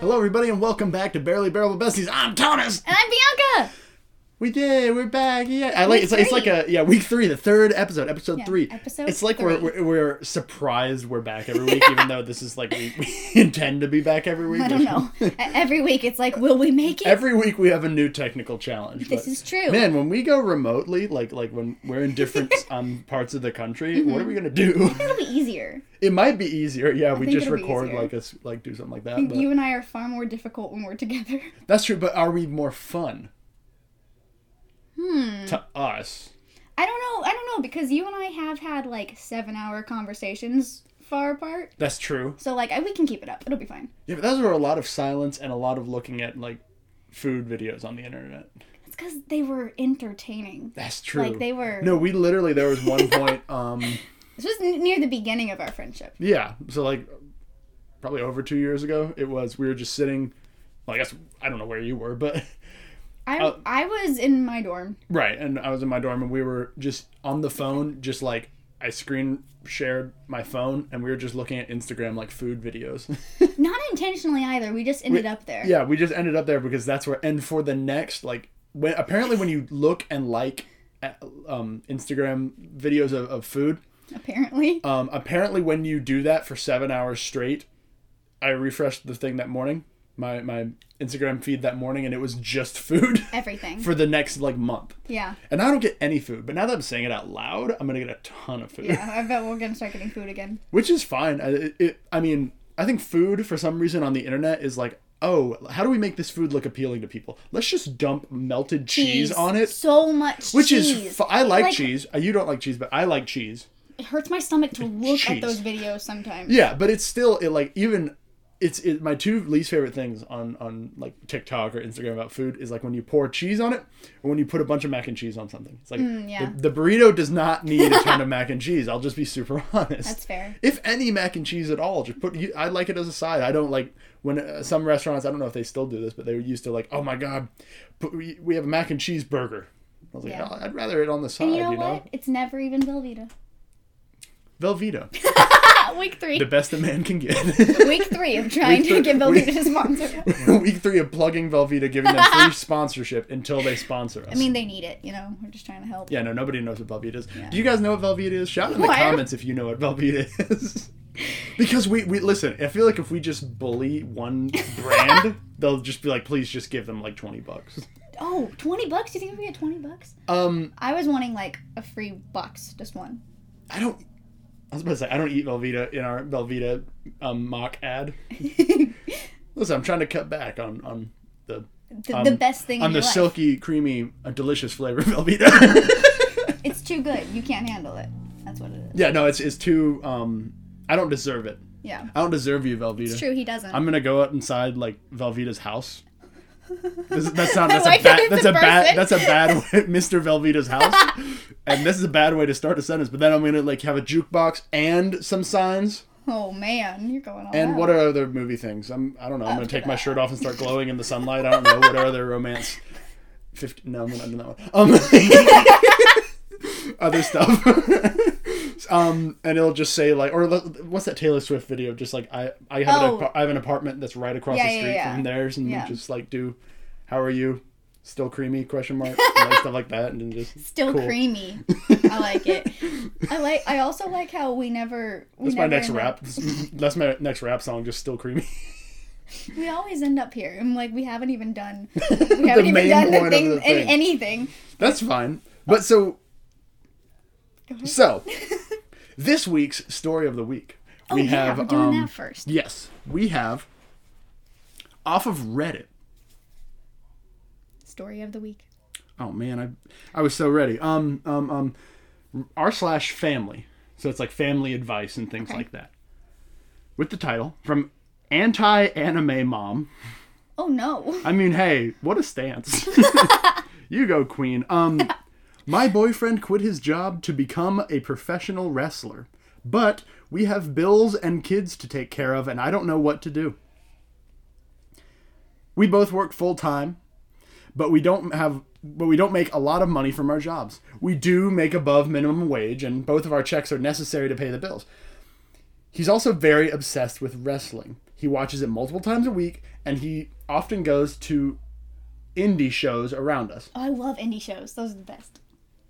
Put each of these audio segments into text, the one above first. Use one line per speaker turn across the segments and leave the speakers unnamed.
Hello, everybody, and welcome back to Barely Bearable Besties. I'm Thomas.
And I'm Bianca.
We did. We're back. Yeah, I like.
Week
It's, it's like
three.
a yeah. Week three, the third episode, episode
Yeah,
three.
episode
It's like We're,
three.
we're we're surprised we're back every week, even though this is like we, we intend to be back every week.
I don't know. E- Every week it's like, will we make it?
Every week we have a new technical challenge.
This
but-
is true.
Man, when we go remotely, like like when we're in different um, parts of the country, what are
Mm-hmm.
we gonna do?
It'll be easier.
It might be easier. Yeah, we
think
just
it'll be
record
easier.
like us like do something like that. But
You and I are far more difficult when we're together.
that's true. But are we more fun? Hmm. To us.
I don't know. I don't know because you and I have had like seven hour conversations far apart.
That's true.
So like I, we can keep it up. It'll be fine.
Yeah, but those were a lot of silence and a lot of looking at like food videos on the internet.
It's because they were entertaining.
That's true.
Like they were.
No, we literally there was one point. Um,
This was n- near the beginning of our friendship.
yeah, so like probably over two years ago, it was we were just sitting. Well, I guess I don't know where you were, but
I
Oh.
I was in my dorm.
right. And I was in my dorm, and we were just on the phone, just like I screen shared my phone, and we were just looking at Instagram like food videos.
Not intentionally either. We just ended up there.
Yeah, we just ended up there because that's where. And for the next, like, when apparently when you look and like uh, um, Instagram videos of, of food,
Apparently.
um, apparently when you do that for seven hours straight, I refreshed the thing that morning, my my Instagram feed that morning, and it was just food
Everything.
for the next like month.
yeah.
And I don't get any food, but now that I'm saying it out loud, I'm gonna get a ton of food,
Yeah. I bet we're gonna start getting food again.
which is fine. I, it- it, I mean, I think food for some reason on the internet is like. Oh, how do we make this food look appealing to people? Let's just dump melted cheese, on it,
So much
which
cheese.
is fu- I like,
Like-
cheese. Uh, You don't like cheese, but I like cheese.
It hurts my stomach to look
Cheese.
at those videos sometimes.
Yeah, but it's still it like even it's it, my two least favorite things on on like TikTok or Instagram about food is like when you pour cheese on it or when you put a bunch of mac and cheese on something. It's like
Mm, yeah.
the, the burrito does not need a ton of mac and cheese. I'll just be super honest.
That's fair.
If any mac and cheese at all, just put. You, I like it as a side. I don't like when uh, some restaurants. I don't know if they still do this, but they were used to like, oh my god, put, we, we have a mac and cheese burger. I was like,
Yeah.
"Oh, I'd rather it on the side.
And you know
you
what? It's never even Velveeta.
know? Velveeta,
Ah, week three.
the best a man can get.
week three of trying
Week
to
three-
get
week-
Velveeta to sponsor.
week three of plugging Velveeta, giving them free sponsorship until they sponsor us.
I mean, they need it. You know, we're just trying to help.
yeah, no, nobody knows what Velveeta is. Do you guys know what Velveeta is? Shout in the
Why are-
comments if you know what Velveeta is. because we, we listen. I feel like if we just bully one brand, they'll just be like, please, just give them like twenty bucks.
Oh, 20 bucks? Do you think we get 20 bucks?
Um,
I was wanting like a free box, just one.
I don't. I was about to say I don't eat Velveeta in our Velveeta um, mock ad. Listen, I'm trying to cut back on on the
The, the
Um,
best thing
on
in
the
your life.
silky, creamy, uh, delicious flavor of Velveeta.
It's too good. You can't handle it. That's what it is.
Yeah, no, it's it's too. Um, I don't deserve it.
Yeah.
I don't deserve you, Velveeta.
It's true, he doesn't.
Uh, I'm gonna go out inside like Velveeta's house. This, that's not.
I
That's a
like
bad.
that
That's
it's
a,
a
bad.
person.
That's a bad. Way, Mr. Velveeta's house, and this is a bad way to start a sentence. But then I'm gonna like have a jukebox and some signs.
oh, man. You're going all
And
out.
what are other movie things? I'm. I don't know. I'm gonna take my shirt off and start glowing in the sunlight. I don't know. What are other romance? Fifty. No, I'm not doing that one. Um, other stuff. um, and it'll just say like, or le- what's that Taylor Swift video? Just like I, I have,
Oh.
an, apa- I have an apartment that's right across
Yeah,
the
yeah,
street
yeah.
from theirs, and
Yeah.
just like do, how are you? Still creamy? Question mark. and like, stuff like that, and then just
Still
cool.
creamy. I like it. I like. I also like how we never. We
That's my
never
next
end up-
rap. That's my next rap song. Just still creamy.
We always end up here, and like we haven't even done. We haven't
main
even done
point
the
of
thing,
the
any-
thing.
anything.
That's fine. But so
Go ahead.
So, this week's story of the week,
Oh
we
yeah,
have
we're doing
um,
that first.
yes, we have off of Reddit.
Story of the week.
Oh man, I I was so ready. Um um um, r slash family. So it's like family advice and things
Okay.
like that. With the title from anti anime mom.
Oh no.
I mean, hey, what a stance. you go, queen. Um, my boyfriend quit his job to become a professional wrestler, but we have bills and kids to take care of, and I don't know what to do. We both work full time, but we don't have but we don't make a lot of money from our jobs. We do make above minimum wage and both of our checks are necessary to pay the bills. He's also very obsessed with wrestling. He watches it multiple times a week, and he often goes to indie shows around us.
Oh, I love indie shows. Those are the best.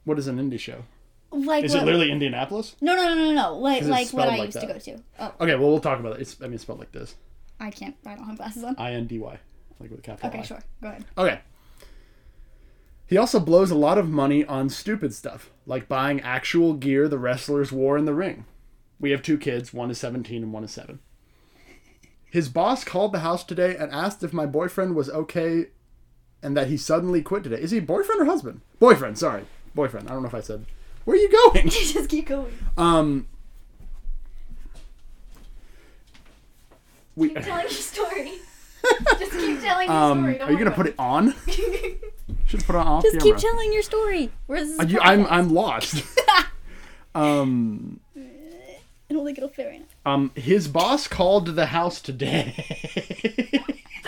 What is an indie show?
Like
Is
what,
it literally Indianapolis?
No, no, no, no, no. Like
it's
like what
spelled
I
like
used to
that.
go to. Oh,
Okay, well we'll talk about it. It's I mean it's spelled like this:
I can't. I don't have glasses on.
I N D Y, like with a capital
Okay,
I.
sure. Go ahead.
Okay. He also blows a lot of money on stupid stuff, like buying actual gear the wrestlers wore in the ring. We have two kids, one is 17 and one is 7. His boss called the house today and asked if my boyfriend was okay and that he suddenly quit today. Is he boyfriend or husband? Boyfriend, sorry. Boyfriend. I don't know if I said. Where are you going?
Just keep going.
Um we,
Keep telling your story. Just keep telling your
um,
story. Don't
are you gonna put it on? Should put it on off
Just keep
camera.
telling your story. Where's this?
Are you- I'm I'm lost. um,
I don't think it'll fit right now.
um, his boss called to the house today.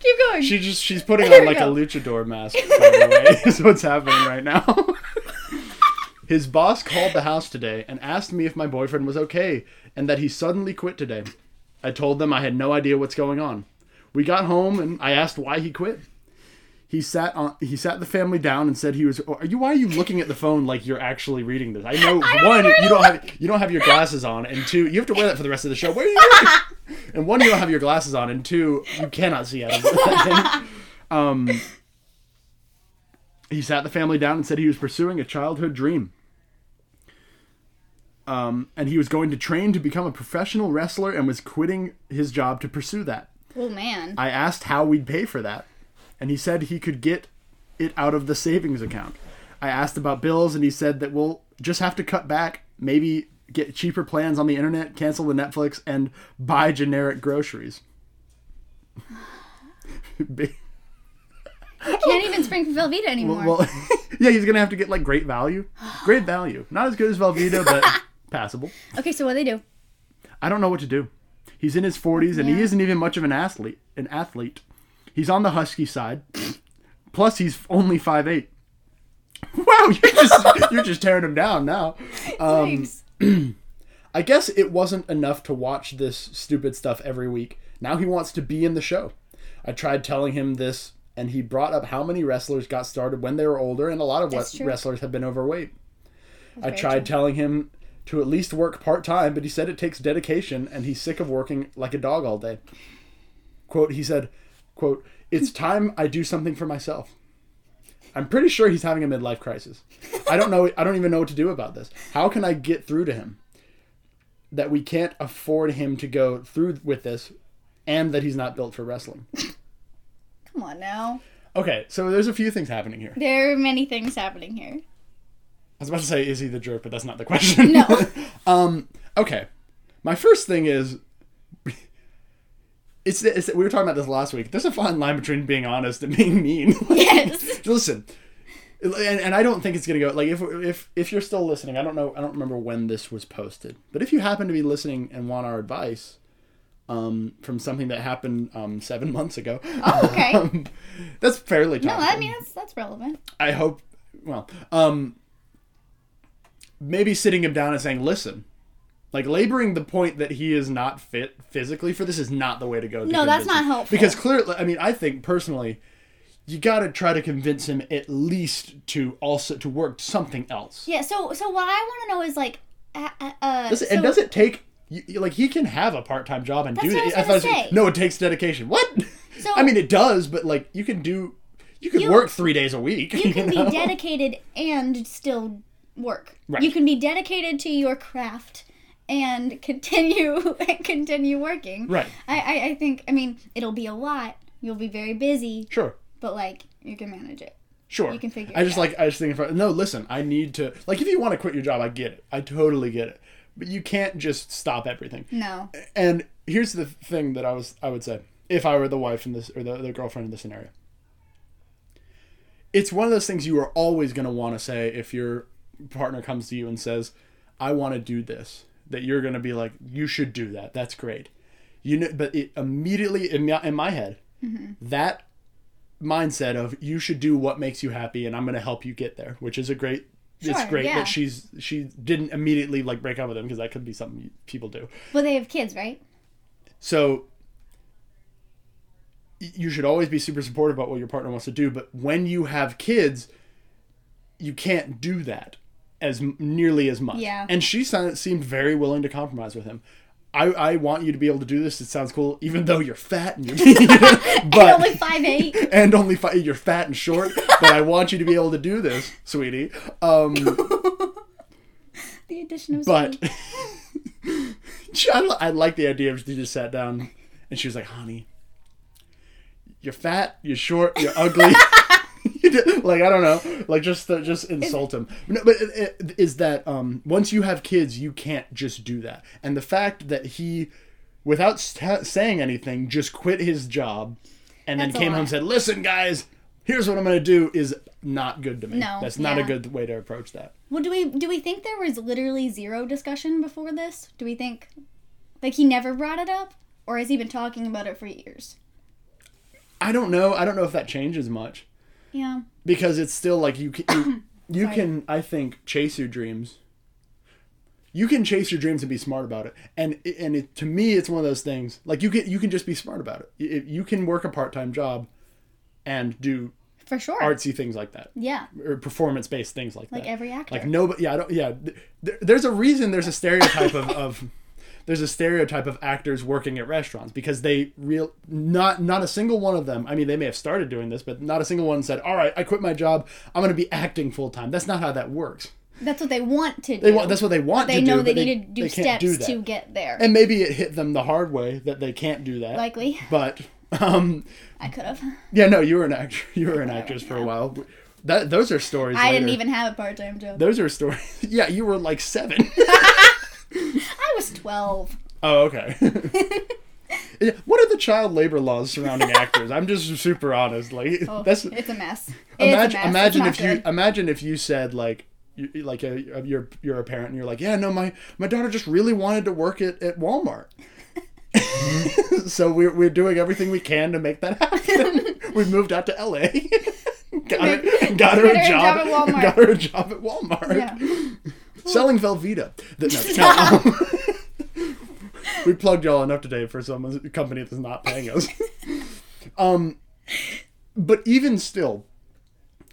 Keep going.
she just she's putting
There
on
we
like a
go.
luchador mask. By the way, is what's happening right now. his boss called the house today and asked me if my boyfriend was okay and that he suddenly quit today. I told them I had no idea what's going on. We got home and I asked why he quit. He sat on he sat the family down and said he was are you why are you looking at the phone like you're actually reading this? I know one, you don't have you don't have your glasses on and two, you have to wear that for the rest of the show. What are you doing? and one, you don't have your glasses on and two, you cannot see out of that thing. Um he sat the family down and said he was pursuing a childhood dream. Um, and he was going to train to become a professional wrestler and was quitting his job to pursue that.
Well, Oh, man.
I asked how we'd pay for that, and he said he could get it out of the savings account. I asked about bills, and he said that we'll just have to cut back, maybe get cheaper plans on the internet, cancel the Netflix, and buy generic groceries. Be-
I can't even spring Velveeta anymore.
well, yeah, he's gonna have to get like great value, great value, not as good as Velveeta, but passable.
okay, so what do they do?
I don't know what to do. He's in his 40s and he
Yeah.
isn't even much of an athlete. An athlete. He's on the husky side. Plus, he's only 5'8". Wow, you're just you're just tearing him down now. um,
Thanks.
I guess it wasn't enough to watch this stupid stuff every week. Now he wants to be in the show. I tried telling him this, and he brought up how many wrestlers got started when they were older, and a lot of
That's
wes-
true.
wrestlers have been overweight. I
very
tried telling him to at least work part time, but he said it takes dedication, and he's sick of working like a dog all day. Quote, he said, quote, it's time I do something for myself. I'm pretty sure he's having a midlife crisis. I don't know. I don't even know what to do about this. How can I get through to him? That we can't afford him to go through with this, and that he's not built for wrestling.
Come on now.
Okay, so there's a few things happening here. I
There are many things happening here.
was about to say, is he the jerk? But that's not the question.
No.
um. Okay. My first thing is. It's, it's we were talking about this last week. There's a fine line between being honest and being mean.
yes.
listen and, and i don't think it's gonna go like if if if you're still listening i don't know i don't remember when this was posted but if you happen to be listening and want our advice um, from something that happened um, seven months ago
Oh, okay.
um, that's fairly
No,
topical.
I mean that's that's relevant.
I hope. Well, um, maybe sitting him down and saying, "Listen," like laboring the point that he is not fit physically for this is not the way to go. to
No, that's
convince
not
him.
helpful.
Because clearly, I mean, I think personally, you got to try to convince him at least to also to work something else.
Yeah. So so what I want to know is like, uh, uh, uh,
Does it- and
so-
does it take? You, you- like he can have a part-time job and do
what I
that.
was
I
gonna
thought it was-
say.
no, it takes dedication. What?
So-
I mean, it does, but like you can do, you can
You-
work three days a week.
you can
know?
be dedicated and still work.
Right.
You can be dedicated to your craft and continue and continue working.
Right.
I, I I think I mean it'll be a lot. You'll be very busy,
Sure.
but like you can manage it.
Sure.
You can figure
I
it
just
out.
like I just think if I, no, listen, I need to like if you want to quit your job, I get it. I totally get it. But you can't just stop everything.
No.
And here's the thing that I was I would say if I were the wife in this or the, the girlfriend in this scenario. It's one of those things you are always going to want to say if your partner comes to you and says, "I want to do this." That you're going to be like, "You should do that. That's great." You know, but it immediately in my, in my head,
Mm-hmm.
that mindset of you should do what makes you happy and I'm going to help you get there, which is a great it's
Sure,
great
yeah.
that she's she didn't immediately like break up with him because that could be something people do.
Well, they have kids, right?
So y- you should always be super supportive about what your partner wants to do, but when you have kids, you can't do that as m- nearly as much.
Yeah.
And she sound- seemed very willing to compromise with him. I, I want you to be able to do this. It sounds cool, even though you're fat and you're, but
only five eight.
and only fi- you're fat and short. but I want you to be able to do this, sweetie. Um,
The addition of
but
speed. Mm.
She- I, li- I like the idea of she just sat down and she was like, "Honey, you're fat, you're short, you're ugly." like I don't know, like just uh, just insult him. No, but uh, uh, is that um, once you have kids, you can't just do that. And the fact that he, without st- saying anything, just quit his job, and
That's a
then came
lot.
home and said, "Listen, guys, here's what I'm gonna do." Is not good to me.
No,
that's not
yeah.
a good way to approach that.
Well, do we do we think there was literally zero discussion before this? Do we think like he never brought it up, or has he been talking about it for years?
I don't know. I don't know if that changes much.
Yeah.
because it's still like you can you, you can I think chase your dreams. You can chase your dreams and be smart about it, and and it, to me, it's one of those things. Like you can you can just be smart about it. You- You can work a part time job, and do
For sure.
artsy things like that,
Yeah.
or performance based things like,
Like
that.
every actor.
Like nobody, yeah, I don't, yeah. th- There, there's a reason. There's a stereotype of, of there's a stereotype of actors working at restaurants because they real not not a single one of them. I mean, they may have started doing this, but not a single one said, "All right, I quit my job. I'm going to be acting full time." That's not how that works.
That's what they want to do.
They want that's what they want.
they
to
know
do,
they
but
need to do
they can't
steps
do that.
to get there.
And maybe it hit them the hard way that they can't do that.
Likely.
but um,
I could have.
yeah, no, you were an actor. You were an actress for a while. That those are stories.
Oh, I didn't
later.
even have a part time job.
Those are stories. Yeah, you were like seven.
I was twelve.
oh, okay. Yeah, what are the child labor laws surrounding actors? I'm just super honest. Like
Oh,
that's
it's a mess. It is a
imagine
mess.
imagine if
It's not
you
good.
imagine if you said like you, like a, you're you're a parent and you're like yeah no my my daughter just really wanted to work at at Walmart.
Mm-hmm.
so we're we're doing everything we can to make that happen. we moved out to LA. Got her, got her,
Get her
a,
a
job,
job at Walmart.
Got her a job at Walmart.
Yeah.
Selling Velveeta. Th- no, no, um, we plugged y'all enough today for some company that's not paying us. Um, but even still,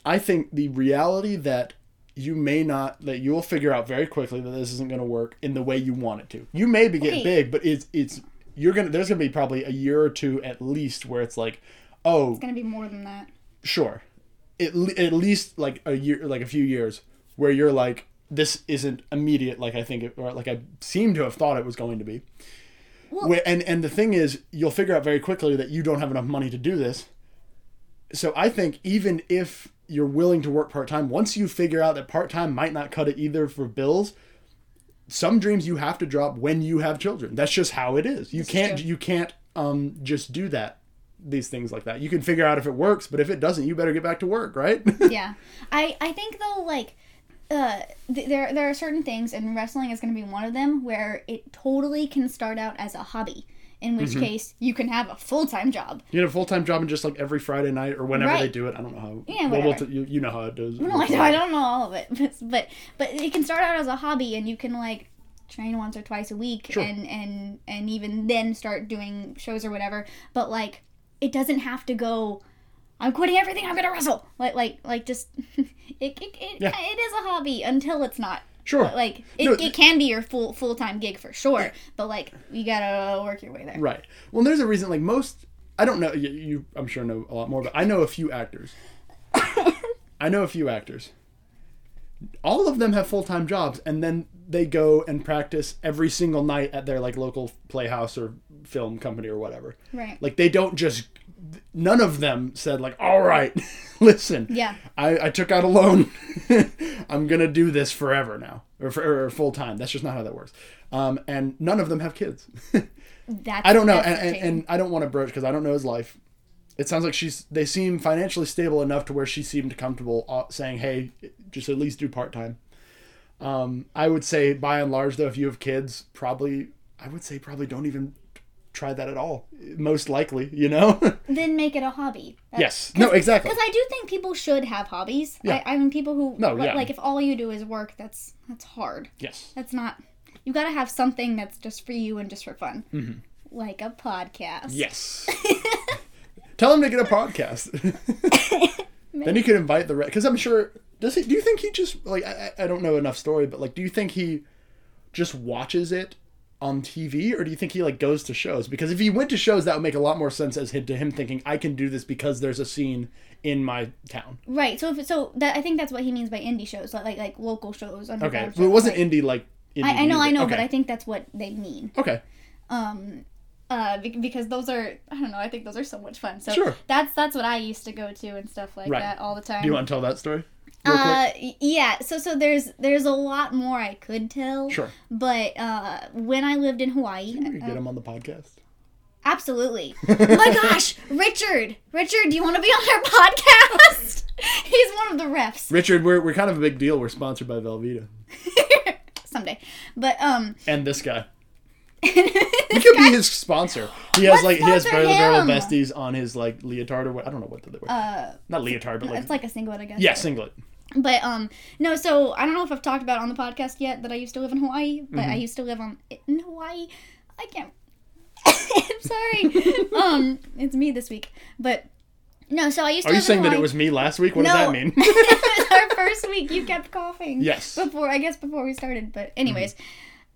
I think the reality that you may not that you will figure out very quickly that this isn't going to work in the way you want it to. You may be get
Okay.
big, but it's it's you're gonna there's gonna be probably a year or two at least where it's like, oh,
It's gonna be more than that.
sure at, le- at least like a year like a few years where you're like this isn't immediate like i think it, or like i seem to have thought it was going to be
Well-
Where- and and the thing is you'll figure out very quickly that you don't have enough money to do this so i think even if you're willing to work part-time once you figure out that part-time might not cut it either for bills some dreams you have to drop when you have children that's just how it is you can't
true.
you can't um just do that these things like that. You can figure out if it works, but if it doesn't, you better get back to work, right?
yeah i i think though like uh, th- there there are certain things and wrestling is going to be one of them where it totally can start out as a hobby in
Mm-hmm.
which case you can have a full-time job
you know, full time job and just like every Friday night or whenever they
Right.
do it. I don't know how.
Yeah, whatever.
t- you, you know how it does.
no, I, don't- I don't know all of it but, but but it can start out as a hobby and you can like train once or twice a week
Sure.
and and and even then start doing shows or whatever but like it doesn't have to go I'm quitting everything. I'm gonna wrestle. Like, like, like, just it, it, it,
Yeah.
it is a hobby until it's not.
Sure.
But, like it,
No, th-
it can be your full full time gig for sure, but like you gotta work your way there.
Right. Well, there's a reason. Like most, I don't know. You, you I'm sure know a lot more, but I know a few actors. I know a few actors. All of them have full time jobs, and then they go and practice every single night at their like local playhouse or film company or whatever.
Right.
Like they don't just. None of them said like, "All right, listen,
Yeah.
I, I took out a loan. I'm gonna do this forever now, or, for, or full time. That's just not how that works. Um, and none of them have kids.
That's
I don't know,
that's
and, and,
the
and I don't want to broach because I don't know his life. It sounds like she's. They seem financially stable enough to where she seemed comfortable uh, saying, "Hey, just at least do part time." Um, I would say, by and large, though, if you have kids, probably I would say probably don't even try that at all. Most likely, you know.
thing. then make it a hobby.
yes. No. Exactly.
Because I do think people should have hobbies.
Yeah.
I, I mean, people who
No,
li-
yeah.
like if all you do is work, that's that's hard.
Yes. Mm-hmm.
That's not. You gotta have something that's just for you and just for fun. like a podcast.
Yes. Tell him to get a podcast. then you could invite the because I'm sure. Does he? Do you think he just like I, I I don't know enough story, but like, do you think he just watches it on TV, or do you think he like goes to shows? Because if he went to shows, that would make a lot more sense as him, to him thinking I can do this because there's a scene in my town.
Right. So if so, that I think that's what he means by indie shows, like like, like local shows.
Okay,
Underground
so it
shows,
wasn't
like-
indie like. Indie
I, I know, I
music.
know,
okay.
but I think that's what they mean.
Okay.
Um, uh, be- because those are I don't know. I think those are so much fun. So
Sure.
that's that's what I used to go to and stuff like
Right.
that all the time.
Do you want to tell that story? Real quick?
uh, y- yeah. So so there's there's a lot more I could tell.
Sure.
But uh, when I lived in Hawaii,
You could
uh,
get him on the podcast.
Absolutely. Oh My gosh, Richard. Richard, do you want to be on our podcast? He's one of the refs
Richard, we're, we're kind of a big deal. We're sponsored by Velveeta.
someday. But um
And this guy. He could be his sponsor. He has
Let's
like he has
sponsor
barrel to barrel
him.
besties on his like leotard or what I don't know what they were.
uh
Not leotard, but like,
it's like a singlet, I guess.
yeah, singlet.
But um no, so I don't know if I've talked about it on the podcast yet that I used to live in Hawaii, but
Mm-hmm.
I used to live on in Hawaii. I can't I'm sorry. um it's me this week. But no, so I used
Are
to
you
live in
saying that it
Hawaii.
was me last week? What
no.
does that mean?
it was our first week. You kept coughing.
yes.
before I guess before we started, but anyways.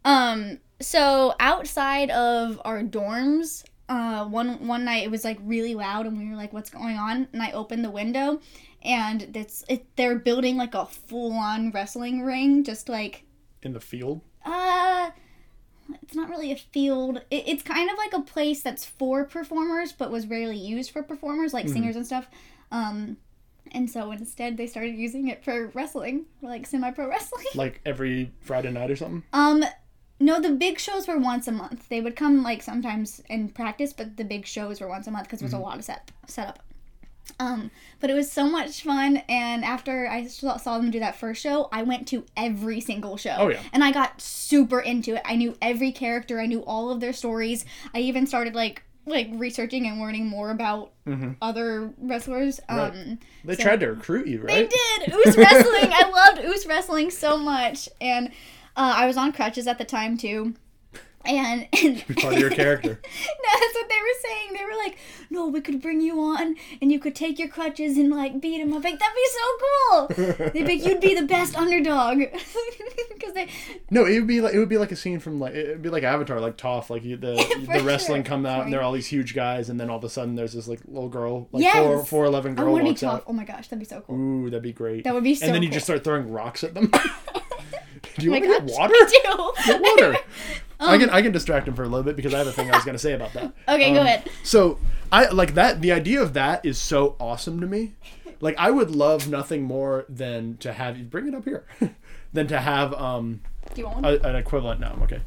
Um so outside of our dorms, uh one one night it was like really loud and we were like what's going on? And I opened the window and it's it, they're building like a full-on wrestling ring just like
In the field.
uh it's not really a field. It, it's kind of like a place that's for performers, but was rarely used for performers, like singers and stuff. Um, and so instead, they started using it for wrestling, like semi-pro wrestling.
Like every Friday night or something.
Um, no, the big shows were once a month. They would come like sometimes and practice, but the big shows were once a month because it was a
Mm-hmm.
lot of set setup. Um, but it was so much fun, and after I saw saw them do that first show, I went to every single show.
Oh, yeah.
and I got super into it. I knew every character, I knew all of their stories. I even started like like researching and learning more about other wrestlers.
Mm-hmm. Right.
Um,
They tried to recruit you,
I
right?
did. Oos wrestling. I loved Oos wrestling so much, and uh, I was on crutches at the time too. And, and
Part of your character.
no, that's what they were saying. They were like, "No, we could bring you on, and you could take your crutches and like beat him up. Like that'd be so cool. They'd be like, you'd be the best underdog, because they
No, it would be like it would be like a scene from like it would be like Avatar, like Toph, like you, the
For
the wrestling
sure.
come out and
Sorry.
they're all these huge guys, and then all of a sudden there's this like little girl, like
Yes.
four four eleven
I
girl
want to be
walks
tough.
out.
Oh my gosh, that'd be so cool.
Ooh, that'd be great.
That would be so.
and then you
cool.
just start throwing rocks at them. Do you
Oh my
want to get water?
gosh, I do.
Get water. I can I can distract him for a little bit because I have a thing I was going to say about that.
Um,
Um,
Okay, go ahead.
So I like that. The idea of that is so awesome to me. Like I would love nothing more than to have you bring it up here, than to have um
Do you want one?
a, an equivalent. No, I'm okay.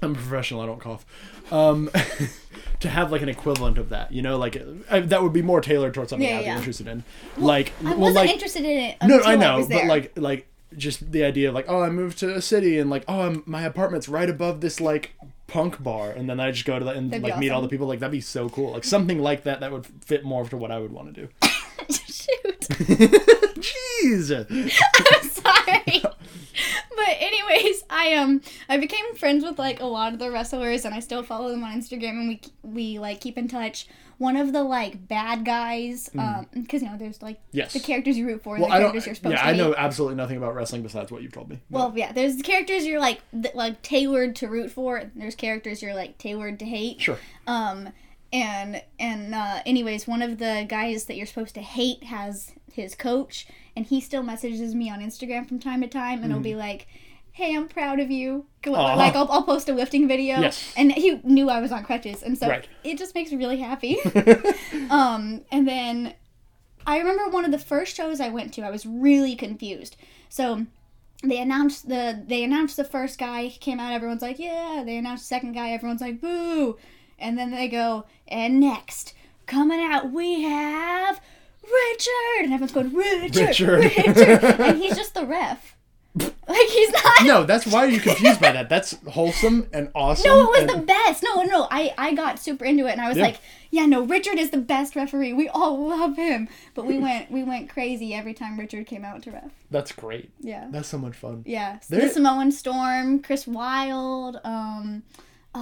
I'm a professional. I don't cough. Um, to have like an equivalent of that, you know, like I, that would be more tailored towards something
Yeah,
I'd be
yeah.
interested in. like,
I
well,
wasn't
like,
interested in it.
no,
until
I know,
was
but
there.
like, like just the idea of like, oh, I moved to a city and like, oh, I'm, my apartment's right above this like punk bar, and then I just go to that and
That'd be
like meet all
awesome.
the people. Like that'd be so cool. Like something like that that would fit more to what I would want to do.
shoot.
Jeez.
sorry. but anyways, I um I became friends with like a lot of the wrestlers and I still follow them on Instagram and we we like keep in touch. One of the like bad guys um cuz you know there's like
Mm. Yes.
the characters you root for and
Well,
the
I
characters you're
don't.
supposed
Yeah,
to
I
hate.
know absolutely nothing about wrestling besides what you've told me. but-
Well, yeah, there's the characters you're like th- like tailored to root for and there's characters you're like tailored to hate.
sure.
Um, and and uh, anyways, one of the guys that you're supposed to hate has his coach, and he still messages me on Instagram from time to time, and he'll be like. Hey, I'm proud of you. Go-
Mm. Aw.
Like I'll, I'll post a lifting video,
Yes.
and he knew I was on crutches, and so
Right.
it just makes me really happy. um, and then I remember one of the first shows I went to, I was really confused. So they announced the they announced the first guy he came out everyone's like yeah they announced the second guy everyone's like boo and then they go and next coming out we have richard and everyone's going richard
Richard."
richard, and he's just the ref like he's not
No, that's why you're confused by that. That's wholesome and awesome.
no, it
and-
was the best. No, no, I, I got super into it, and I was
Yeah.
like, yeah, no, Richard is the best referee. We all love him. But we went we went crazy every time Richard came out to ref.
That's great.
Yeah.
That's so much fun.
Yeah,
There-
the Samoan Storm, Chris Wilde, um, Uh,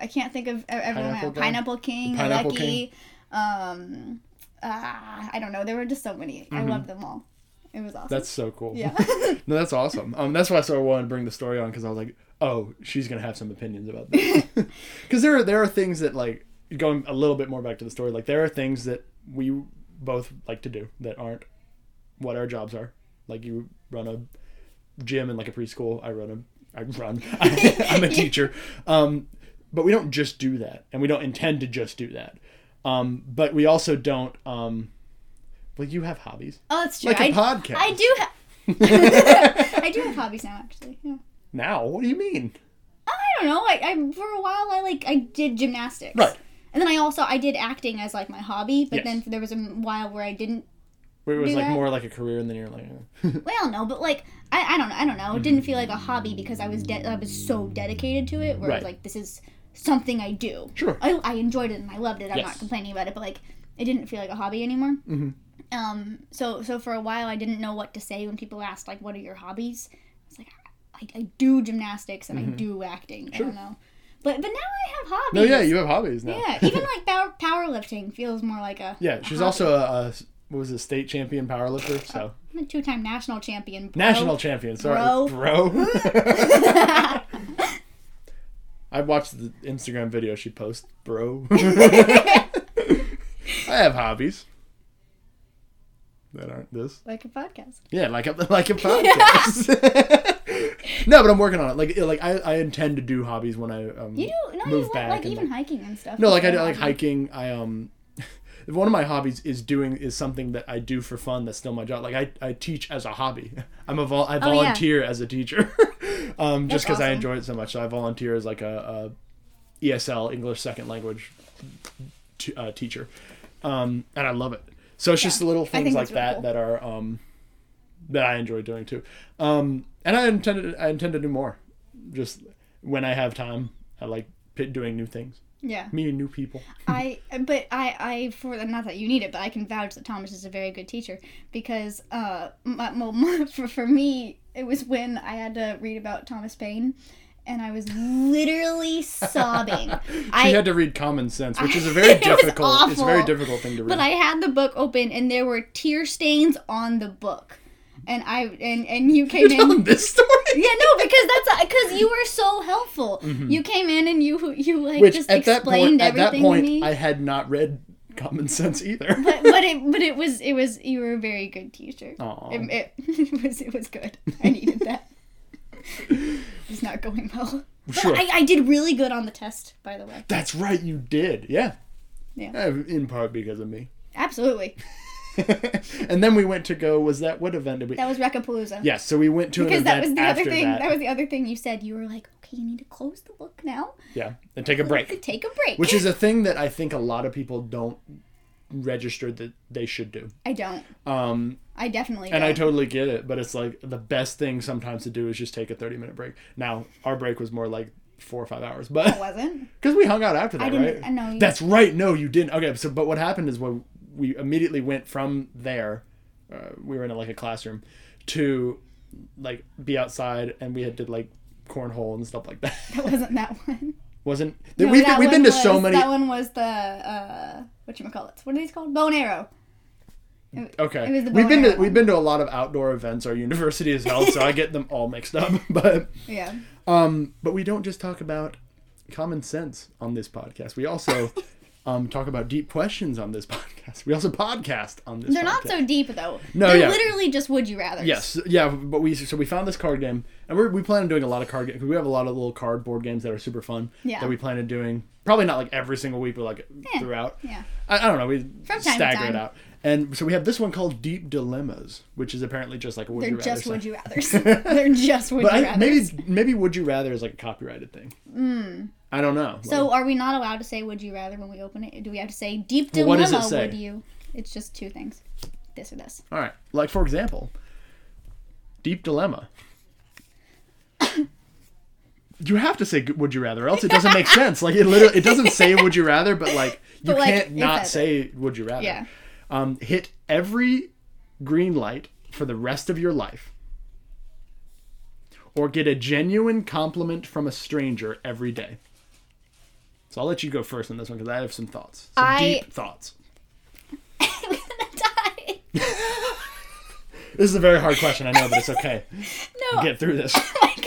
I can't think of everyone.
Pineapple
Pineapple,
guy?
Pineapple King,
Pineapple
Lucky. Um, ah, I don't know. There were just so many. I loved them all. It was awesome.
Mm-hmm. That's so cool.
yeah.
No, that's awesome. Um, that's why I sort of wanted to bring the story on because I was like, oh, she's gonna have some opinions about this. Because there are there are things that like going a little bit more back to the story. Like there are things that we both like to do that aren't what our jobs are. Like you run a gym in like a preschool. I run a I run. I'm a teacher. Um, but we don't just do that, and we don't intend to just do that. Um, but we also don't. Um, well, you have hobbies.
oh, that's true.
Like a
I-
podcast.
I do. Ha- I do have hobbies now, actually. Yeah.
Now, what do you mean?
I don't know. I, I for a while I like I did gymnastics.
Right.
And then I also I did acting as like my hobby, but
Yes.
then there was a while where I didn't.
Where it was
do
like
that?
more like a career, and then you're like,
Well, no, but like I, I don't know. I don't know. It didn't feel like a hobby because I was de- I was so dedicated to it. Where I
Mm. Right.
was like this is something I do.
Sure.
I, I enjoyed it and I loved it. I'm
Yes.
not complaining about it, but like it didn't feel like a hobby anymore.
Mhm.
Um. So so for a while I didn't know what to say when people asked like what are your hobbies. It's like I, I do gymnastics and I do acting. I
Mm-hmm. Sure.
don't know. But but now I have hobbies.
no, yeah, you have hobbies now.
Yeah, even like power powerlifting feels more like a
Yeah, she's
a
also a, a what was it, state champion powerlifter. So
hobby. I'm a two time national champion. bro.
national champion. Sorry,
Bro.
Oh. bro. I watched the Instagram video she posts, bro. I have hobbies that aren't this.
like a podcast.
Yeah, like a like a podcast. no, but I'm working on it. Like like I, I intend to do hobbies when I um,
You do no,
Move
you
back
like, like
and,
even hiking and stuff.
No,
is
like I,
a
do- I like
hobby.
hiking. I um, one of my hobbies is doing is something that I do for fun. That's still my job. Like I, I teach as a hobby. I'm a vol- I
Oh, yeah.
volunteer as a teacher, um, just
That's
because I
awesome.
enjoy it so much. So I volunteer as like a, a ESL English second language t- uh, teacher, um, and I love it. So it's just little
think
things like
that's really
that
cool.
that are um, that I enjoy doing too, um, and I intend I intend to do more. Just when I have time, I like p- doing new things,
Yeah,
meeting new people.
I but I I for not that you need it, but I can vouch that Thomas is a very good teacher because uh my, my- my- for for me it was when I had to read about Thomas Paine. And I was literally sobbing. I
She had to read Common Sense, which is a very
It was
difficult. It's a very
awful.
difficult thing to read.
But I had the book open and there were tear stains on the book. And I and and you came in
this story,
Yeah, no, because that's because you were so helpful. You came in and you you like
Mm-hmm. which
just
at that
explained
point, at that
everything to
point,
me.
I had not read Common Sense either.
But, but it but it was it was you were a very good teacher.
Aw.
It, it, it was it was good. I needed that. it's not going well. But
Sure.
I, I did really good on the test, by the way.
That's right, you did. Yeah.
Yeah.
Uh, In part because of me.
Absolutely,
and then we went to go. Was that what event did we?
that was Rekapalooza.
Yes, so we went to
Because
an
that
event
was the
after
other thing.
that.
That was the other thing you said. You were like, "Okay, you need to close the book now.
Yeah, and take a break.
Take a break."
which is a thing that I think a lot of people don't register that they should do.
I don't.
Um,
I definitely
and
don't.
I totally get it, but it's like the best thing sometimes to do is just take a 30 minute break. Now, our break was more like four or five hours,
I
but
wasn't.
because we hung out after that,
Oh. I didn't.
right?
I know. you-
That's right. No, you didn't. Okay, so but what happened is when we immediately went from there, uh, we were in like a classroom, to like be outside, and we had did like cornhole and stuff like that.
that wasn't that one.
Wasn't
No,
we've,
that
we've been
one
to so
was-
many.
That one was the uh, what you call it? What are these called? Bow and arrow.
Okay.
It was the
we've been to
Bonaire one.
we've been to a lot of outdoor events our university has held, so I get them all mixed up. But
Yeah.
um, but we don't just talk about common sense on this podcast. We also um, talk about deep questions on this podcast. We also podcast on this.
They're not
podcast.
so deep though.
No,
They're
yeah.
literally just would you rather.
Yes, yeah, but we so we found this card game, and we're, we plan on doing a lot of card games because we have a lot of little card board games that are super fun.
Yeah. Eh,
That we plan on doing probably not like every single week, but like throughout.
Yeah.
I, I don't know. We
time to
stagger it
time.
out, and so we have this one called Deep Dilemmas, which is apparently just like a would
They're
you rather
just
sign.
would you rather's. They're just would
But
you
I,
rather's.
maybe maybe would you rather is like a copyrighted thing. Mm. I don't know. Like,
Hmm. So are we not allowed to say would you rather when we open it? Do we have to say deep
Well,
dilemma
what does it say?
would you? It's just two things. This or this.
all right, like for example, deep dilemma. you have to say would you rather, or else it doesn't make sense. Like it literally, it doesn't say would you rather, but like you
But, like,
can't
it
not
says
say would you rather.
Yeah.
Um, hit every green light for the rest of your life. Or get a genuine compliment from a stranger every day. So I'll let you go first on this one because I have some thoughts. Some
I-
deep thoughts.
I'm gonna die.
This is a very hard question, I know, but it's okay.
No.
Get through this.
Oh my god.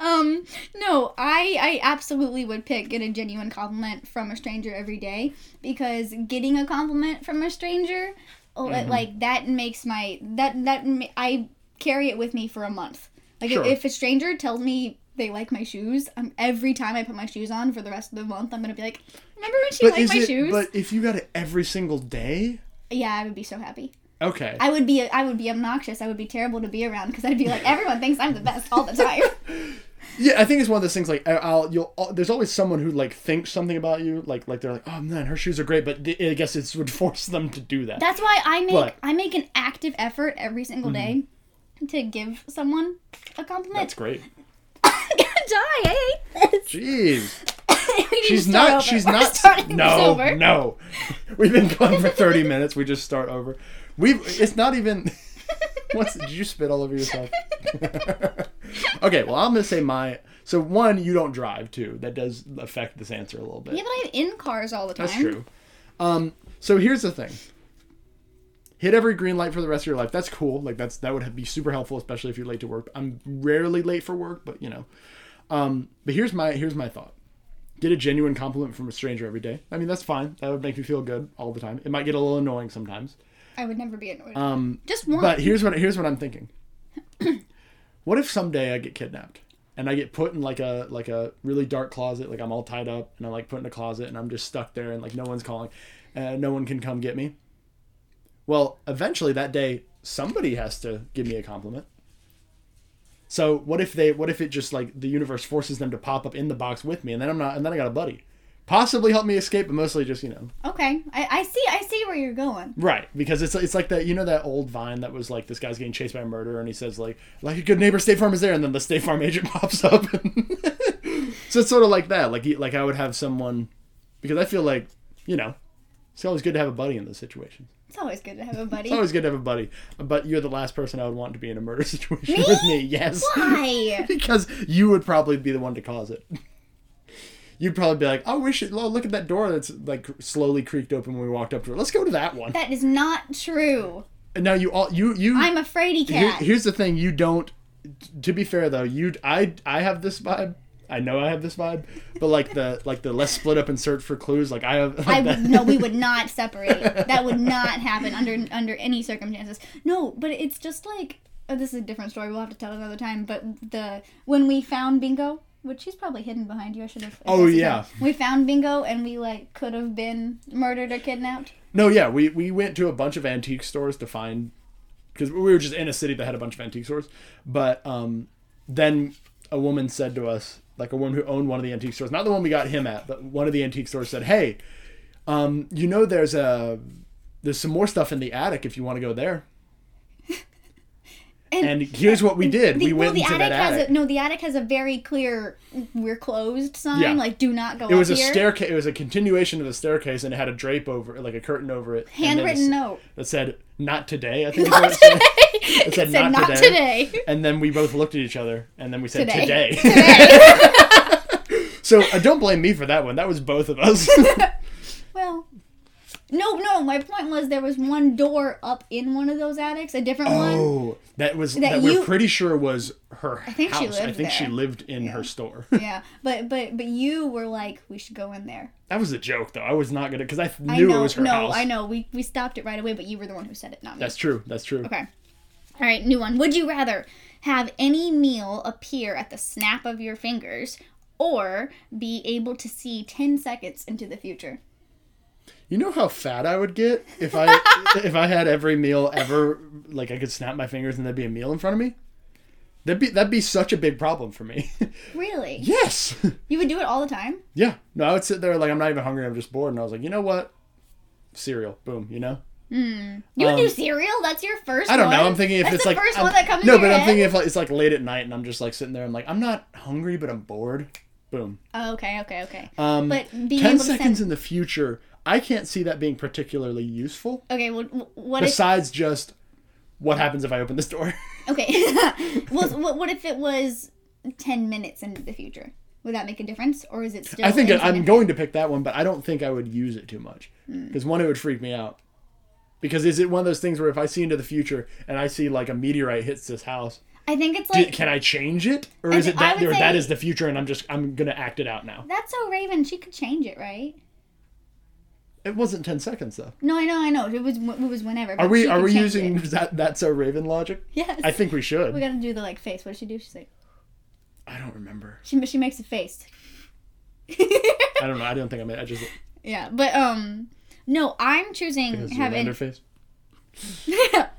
Um, no, I I absolutely would pick get a genuine compliment from a stranger every day because getting a compliment from a stranger, oh,
Mm-hmm.
it- like that makes my that that ma- I carry it with me for a month. Like if-
Sure.
if a stranger tells me they like my shoes, um, every time I put my shoes on for the rest of the month, I'm gonna be like, remember when she
But
liked
is
my
it?
shoes?
But if you got it every single day,
yeah, I would be so happy.
okay.
I would be I would be obnoxious. I would be terrible to be around because I'd be like everyone thinks I'm the best all the time.
Yeah, I think it's one of those things like I- I'll you'll al- there's always someone who like thinks something about you like like they're like oh man her shoes are great but th- I guess it would force them to do that.
That's why I make
What?
I make an active effort every single day
Mm-hmm.
to give someone a compliment.
That's great.
I'm gonna die. I hate this.
Jeez,
We need to
she's
start
not
over.
she's
We're
not
starting
no
this over.
no. We've been going for thirty minutes. We just start over. We it's not even. What's did you spit all over yourself? okay, well I'm gonna say my so one you don't drive too that does affect this answer a little bit.
Yeah, but I'm in cars all the time.
That's true. Um, so here's the thing. Hit every green light for the rest of your life. That's cool. Like that's that would be super helpful, especially if you're late to work. I'm rarely late for work, but you know. Um, but here's my here's my thought. Get a genuine compliment from a stranger every day. I mean, that's fine. That would make me feel good all the time. It might get a little annoying sometimes.
I would never be annoyed.
Um,
Just one.
but here's what here's what I'm thinking. what if someday I get kidnapped and I get put in like a like a really dark closet, like I'm all tied up and I'm like put in a closet and I'm just stuck there and like no one's calling, uh, no one can come get me. Well, eventually that day somebody has to give me a compliment. So what if they what if it just like the universe forces them to pop up in the box with me and then I'm not and then I got a buddy. Possibly help me escape, but mostly just, you know,
okay, I, I see I see where you're going.
Right, because it's it's like that you know that old vine that was like this guy's getting chased by a murderer and he says like like a good neighbor State Farm is there and then the State Farm agent pops up. so it's sort of like that. Like you- like I would have someone because I feel like you know it's always good to have a buddy in those situations.
It's always good to have a buddy.
It's always good to have a buddy, but you're the last person I would want to be in a murder situation with me. Yes,
Why?
because you would probably be the one to cause it. You'd probably be like, "Oh, we should oh, look at that door that's like slowly creaked open when we walked up to it. Let's go to that one."
That is not true.
Now you all you you
I'm a fraidy
Here-
cat.
here's the thing you don't to be fair though you i i have this vibe i know i have this vibe but like the like the let's split up and search for clues like i have
I
that-
would no, we would not separate. That would not happen under under any circumstances. No, but it's just like oh, this is a different story. We'll have to tell another time. But the when we found Bingo, which he's probably hidden behind you. I should have.
Oh, yeah.
we found Bingo, and we like could have been murdered or kidnapped.
no yeah we we went to a bunch of antique stores to find because we were just in a city that had a bunch of antique stores but um then a woman said to us like a woman who owned one of the antique stores not the one we got him at but one of the antique stores said hey um you know there's a there's some more stuff in the attic if you want to go there
And,
and here's what we did
the,
we went
well, the
into
attic
that
has
attic
a, no. The attic has a very clear "we're closed" sign.
Yeah.
Like, do not go.
It was a
up here.
staircase. It was a continuation of the staircase, and it had a drape over, like a curtain over it. and then
Handwritten
it-
note.
that said "Not today." I think is what it said. It said,
Said,
"Not,
not
today.
today.
And then we both looked at each other, and then we said
Today.
"Today." so uh, don't blame me for that one. That was both of us.
Well, no, no. My point was there was one door up in one of those attics, a different one.
oh, that was that,
you-
we're pretty sure was her I
think she
house. I
lived
think she
there.
lived in her store.
Yeah, but but but you were like, we should go in there.
that was a joke, though. I was not gonna because I
I
knew
know,
it was her
no,
house.
I know. We we stopped it right away, but you were the one who said it, not me.
That's true. That's true.
okay. All right, new one. Would you rather have any meal appear at the snap of your fingers, or be able to see ten seconds into the future?
You know how fat I would get if I if I had every meal ever like I could snap my fingers and there'd be a meal in front of me? That'd be that'd be such a big problem for me.
Really?
yes.
You would do it all the time?
yeah. No, I would sit there like I'm not even hungry, I'm just bored and I was like, "You know what? Cereal. Boom, you know?"
You would do
Um,
cereal? That's your first.
I don't know.
one?
I'm thinking if
That's
it's
the
like
first
I'm-
one that comes.
No,
into
but
your
I'm
head?
thinking if like, it's like late at night and I'm just like sitting there and like I'm not hungry, but I'm bored. Boom.
Oh, okay, okay, okay.
Um
But
10
being able to
seconds
sense-
in the future, I can't see that being particularly useful
okay, well, wh- what if?
besides just what happens if I open this door?
Okay, well, so what, what if it was ten minutes into the future? Would that make a difference, or is it still?
I think I- I'm
insignificant?
going to pick that one, but I don't think I would use it too much
Hmm.
because one, it would freak me out. Because is it one of those things where if I see into the future and I see like a meteorite hits this house,
I think it's
do-
like
can I change it, or
I
is
th-
it that
I would
or that
say-
is the future and I'm just I'm gonna act it out now?
that's so Raven. She could change it, right?
It wasn't ten seconds though.
No, I know, I know. It was it was whenever.
Are
but
we
she
are
could
we
change
using
It.
that that's so Raven logic?
Yes.
I think we should.
we gotta do the like face. What does she do? She's like
I don't remember.
she she makes a face.
I don't know. I don't think I made. I just
yeah, but um, no, I'm choosing
because
have
Zoolander
any
face.
um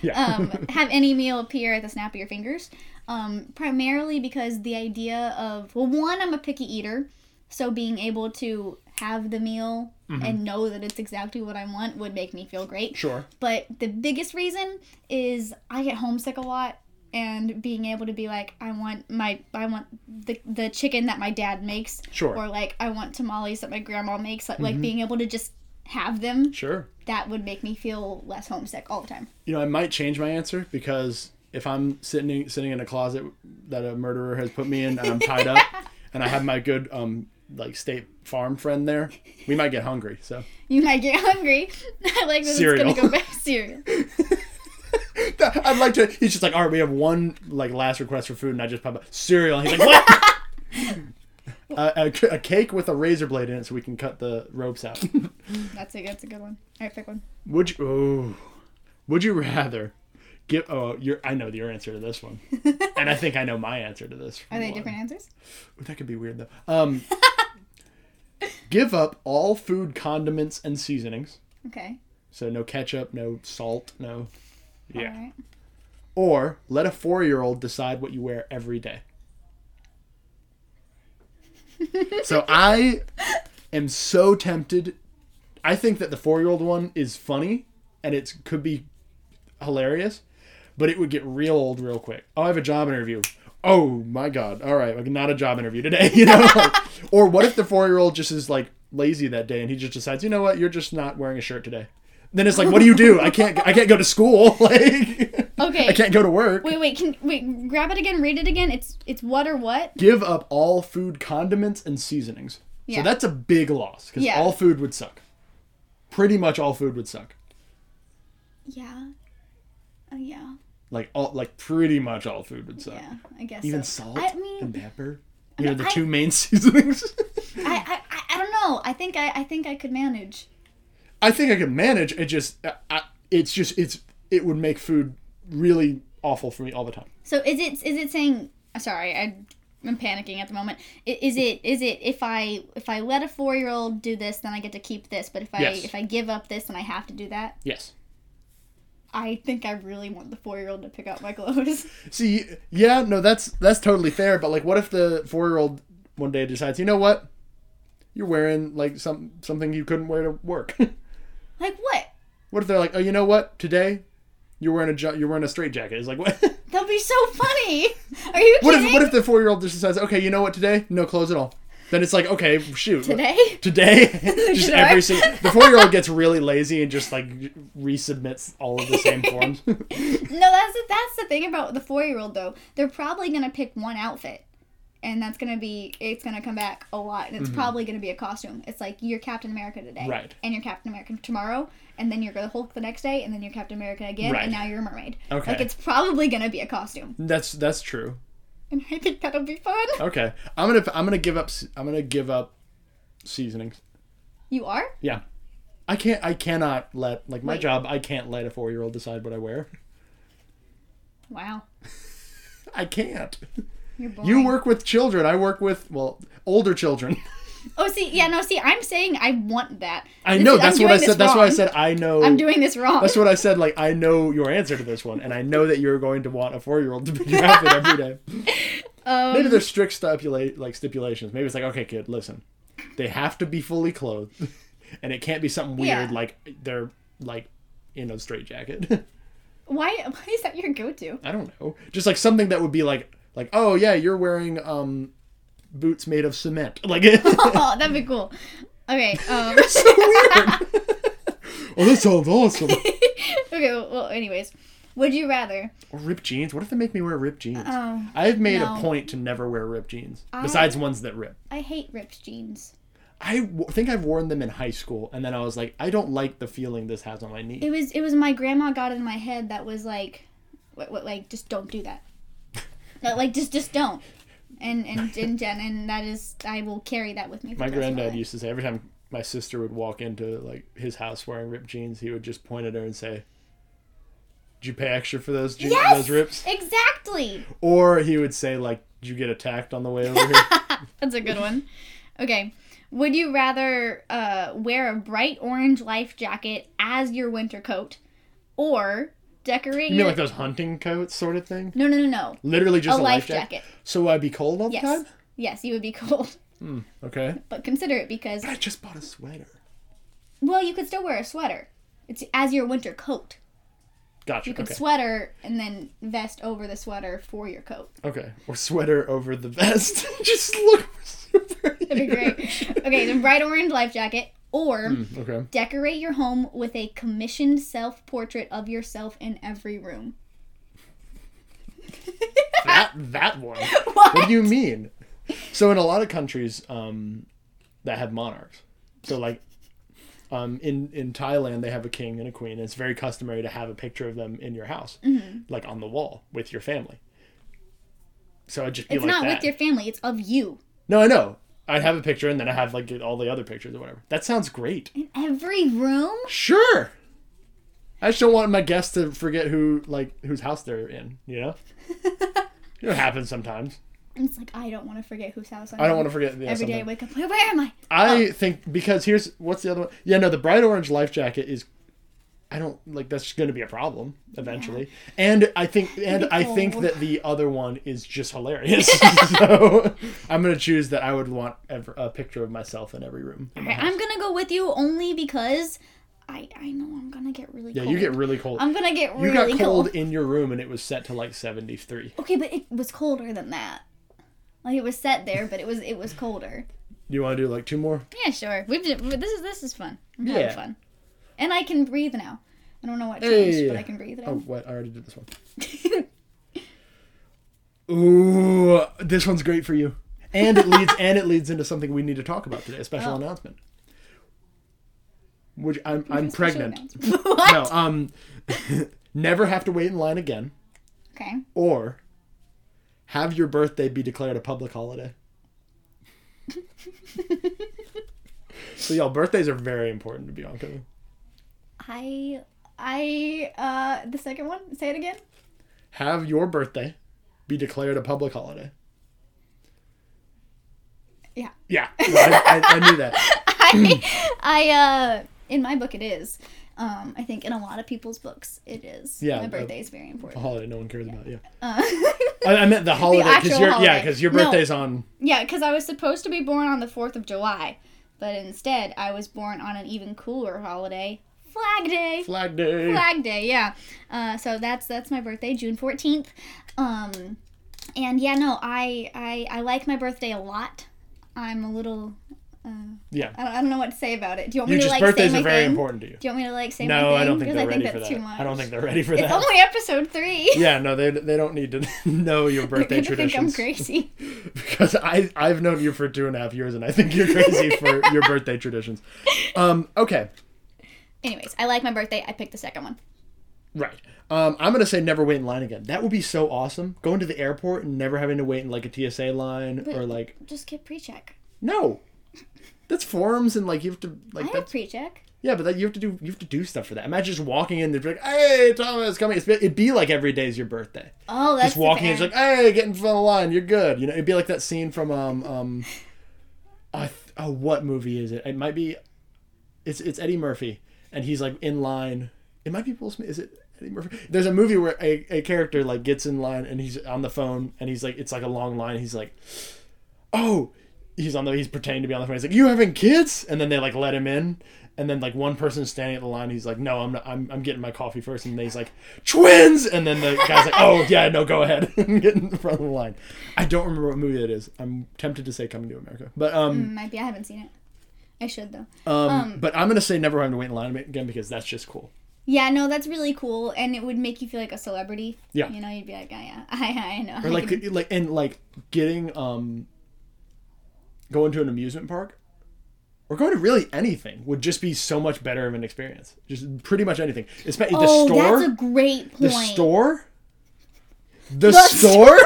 Yeah.
have any meal appear at the snap of your fingers, um primarily because the idea of well one I'm a picky eater, so being able to have the meal
Mm-hmm.
and know that it's exactly what I want would make me feel great.
sure.
But the biggest reason is I get homesick a lot and being able to be like I want my I want the the chicken that my dad makes
Sure. Mm-hmm.
or like I want tamales that my grandma makes like, like being able to just have them
Sure.
that would make me feel less homesick all the time.
you know, I might change my answer because if I'm sitting sitting in a closet that a murderer has put me in and I'm tied up, and I have my good um like State Farm friend there, we might get hungry. So
You might get hungry. I like that
Cereal.
it's gonna go back to cereal.
I'd like to. He's just like, all right, we have one like last request for food, and I just pop up cereal. And he's like, what? Uh, a, c- a cake with a razor blade in it, so we can cut the ropes out.
That's a that's a good one. All right, pick one.
Would you? Oh, would you rather? Give, oh, your I know your answer to this one, and I think I know my answer to this.
Are they
one.
different answers?
Ooh, That could be weird though. Um, give up all food condiments and seasonings.
Okay.
So no ketchup, no salt, no. Yeah.
All right.
Or let a four-year-old decide what you wear every day. so I am so tempted. I think that the four-year-old one is funny and it could be hilarious, but it would get real old real quick. Oh, I have a job interview. Oh my god! All right, like not a job interview today, you know. Like, or what if the four-year-old just is like lazy that day and he just decides, you know what, you're just not wearing a shirt today. Then it's like, what do you do? I can't. I can't go to school. Like,
Okay.
I can't go to work.
Wait, wait, can wait, grab it again, read it again. It's it's what or what?
give up all food condiments and seasonings. So
Yeah.
that's a big loss because
Yeah.
all food would suck. Pretty much all food would suck.
Yeah. Uh, yeah.
Like all, like pretty much all food would suck.
Yeah, I guess
Even
so.
salt
I
and
mean,
pepper. You know the
I-
two main seasonings.
I, I, I, I don't know. I think I, I think I could manage.
I think I could manage. It just, I, I, it's just, it's, it would make food really awful for me all the time.
So is it is it saying? Sorry, I, I'm panicking at the moment. I- Is it is it if I if I let a four year old do this, then I get to keep this, but if I
Yes.
if I give up this, then I have to do that.
Yes.
I think I really want the four year old to pick up my clothes.
See, yeah, no, that's that's totally fair. But like, what if the four-year-old one day decides, you know what, you're wearing like some something you couldn't wear to work.
like what?
what if they're like, oh, you know what, today you're wearing a jo- you're wearing a straight jacket. It's like, what?
That'd be so funny. Are you kidding?
what if what if the four-year-old just decides, okay, you know what, today no clothes at all. Then it's like, okay, shoot.
today?
Today, just
Today?
every single the four-year-old gets really lazy and just like resubmits all of the same forms.
No, that's the, that's the thing about the four year old though. They're probably gonna pick one outfit, and that's gonna be it's gonna come back a lot, and it's probably gonna be a costume. It's like you're Captain America today,
Mm-hmm. Right.
And you're Captain America tomorrow, and then you're the Hulk the next day, and then you're Captain America again,
Right.
and now you're a mermaid.
Okay.
like it's probably gonna be a costume,
that's that's true.
and I think that'll be fun.
Okay, I'm gonna I'm gonna give up s- I'm gonna give up seasonings.
You are?
Yeah. I can't I cannot let like my
Wait.
job, I can't let a four year old decide what I wear.
Wow,
I can't.
you're boring.
You work with children. I work with well, older children.
Oh, see, yeah, no, see, I'm saying I want that.
I
This
know,
is- I'm
that's what I
doing this
said. That's why I
wrong.
said I know
I'm doing this wrong.
that's what I said, like I know your answer to this one, and I know that you're going to want a four year old to be your outfit every day.
Um,
Maybe there's strict stipulate like stipulations. Maybe it's like, okay, kid, listen. They have to be fully clothed and it can't be something weird
Yeah.
like they're like in a straight jacket.
why? Why is that your go-to?
I don't know. Just like something that would be like like oh yeah, you're wearing um boots made of cement. Like
Oh, that'd be cool. Okay. Um,
Oh, that sounds awesome.
okay. Well, anyways, Would you rather?
Or ripped jeans. What if they make me wear ripped jeans?
Oh,
I've made
no.
a point to never wear ripped jeans,
I-
besides ones that rip.
I hate ripped jeans.
I w- think I've worn them in high school, and then I was like, I don't like the feeling this has on my knee.
It was it was my grandma got in my head that was like, what, what like just don't do that. No, like just just don't. And and and Jen and that is I will carry that with me. For
my
the rest of
granddad
life.
used to say every time my sister would walk into like his house wearing ripped jeans, he would just point at her and say, "Did you pay extra for those jeans,
Yes!
those rips?"
Exactly.
Or he would say like, "Did you get attacked on the way over here?"
That's a good one. Okay. Would you rather uh, wear a bright orange life jacket as your winter coat or
you
decorate
mean
your
like those hunting coats sort of thing?
No, no, no, no.
Literally just a,
a life
jack-
jacket.
So I'd be cold all the
Yes.
time.
Yes, you would be cold.
Okay.
But consider it because
I just bought a sweater.
well, you could still wear a sweater. It's as your winter coat.
Gotcha.
You could
okay.
sweater and then vest over the sweater for your coat.
okay. Or sweater over the vest. just look super.
That'd be great. okay, then bright orange life jacket or
Okay.
decorate your home with a commissioned self portrait of yourself in every room.
That that one.
What?
What do you mean? So in a lot of countries um, that have monarchs, so like um, in in Thailand they have a king and a queen, and it's very customary to have a picture of them in your house,
Mm-hmm.
like on the wall with your family. So I'd just be
It's
like
not
that.
with your family, it's of you.
No, I know. I'd have a picture, and then I have like all the other pictures or whatever. That sounds great.
In every room?
Sure. I just don't want my guests to forget who like whose house they're in. You know. it happens sometimes.
And it's like, I don't want to forget whose house I'm
I don't want
in.
to forget. Yeah,
Every day Oh. I
sometimes.
wake up, where, where am I?
I think because here's what's the other one. Yeah, no, the bright orange life jacket is. I don't like that's going to be a problem eventually, and I think and
be
I think
cold.
that the other one is just hilarious. so I'm going to choose that I would want ever, a picture of myself in every room. in my
All right,
house.
I'm going to go with you only because I, I know I'm going to get really
yeah,
cold.
you get really cold.
I'm going to get
you
really
got
cold.
cold in your room, and it was set to like 73.
Okay, but it was colder than that. Like it was set there, but it was it was colder.
You want to do like two more?
Yeah, sure. We've been, this is this is fun. I'm having
Yeah.
fun, and I can breathe now. I don't know what changed,
Hey.
but I can breathe
Oh,
now.
what? I already did this one. Ooh, this one's great for you. And it leads and it leads into something we need to talk about today, a special
Oh.
announcement. Which I'm I'm pregnant.
what?
No, um never have to wait in line again
Okay.
or have your birthday be declared a public holiday. so y'all birthdays are very important to Bianca.
I I uh the second one. Say it again.
Have your birthday be declared a public holiday.
Yeah.
Yeah, no, I, I, I knew that.
I I uh in my book it is. Um, I think in a lot of people's books it is.
Yeah, Uh-huh.
My
uh,
birthday is very
A
important.
holiday no one cares about. Yeah,
Uh,
I, I meant the holiday because
actual
your yeah
holiday.
because your
No.
birthday's on.
yeah, because I was supposed to be born on the fourth of July, but instead I was born on an even cooler holiday, Flag Day.
Flag Day.
Flag Day, yeah. Uh, so that's that's my birthday, June fourteenth. Um, and yeah, no, I, I I like my birthday a lot. I'm a little
Yeah,
I don't, I don't know what to say about it. Do you want me
you
to
just
like
birthdays
say my
are very
thing?
important to you.
Do you want me to like say my thing?
No, I don't think
'Cause
they're ready for
that's
that.
too much.
I don't think they're ready for
it's
that.
only episode three.
Yeah, no, they they don't need to know your
You're
birthday
gonna
traditions
think I'm crazy.
because I I've known you for two and a half years and I think you're crazy for your birthday traditions. Um, okay,
Anyways, I like my birthday. I picked the second one.
right. Um, I'm gonna say never wait in line again. That would be so awesome. Going to the airport and never having to wait in like a TSA line or like
Just get pre-check.
No. That's forms and like you have to like
I have
that's,
pre-check.
yeah, but that you have to do you have to do stuff for that. Imagine just walking in and be like, "Hey, Thomas, coming." It's, it'd be like every day is your birthday.
Oh, that's
Just walking in,
the
it's like, "Hey, get in front of the line. You're good." You know, it'd be like that scene from um um, I th- oh, what movie is it? It might be, it's it's Eddie Murphy, and he's like in line. It might be Will Smith. Is it Eddie Murphy? There's a movie where a, a character like gets in line and he's on the phone and he's like, it's like a long line. He's like, oh he's on the he's pretending to be on the phone he's like you having kids and then they like let him in and then like one person's standing at the line he's like no i'm not, I'm, I'm getting my coffee first and then he's like twins and then the guy's like oh yeah no go ahead and get in the front of the line i don't remember what movie that is i'm tempted to say coming to america but um
Mm, Might be. I haven't seen it. I should though.
Oh. um, but i'm gonna say never having to wait in line again because that's just cool
Yeah, no, that's really cool, and it would make you feel like a celebrity.
Yeah.
you know, you'd be like, oh, yeah, I, I know.
or
I
like
could-
like and like getting um going to an amusement park or going to really anything would just be so much better of an experience just pretty much anything especially
oh,
the store
that's a great point.
the store the,
The
store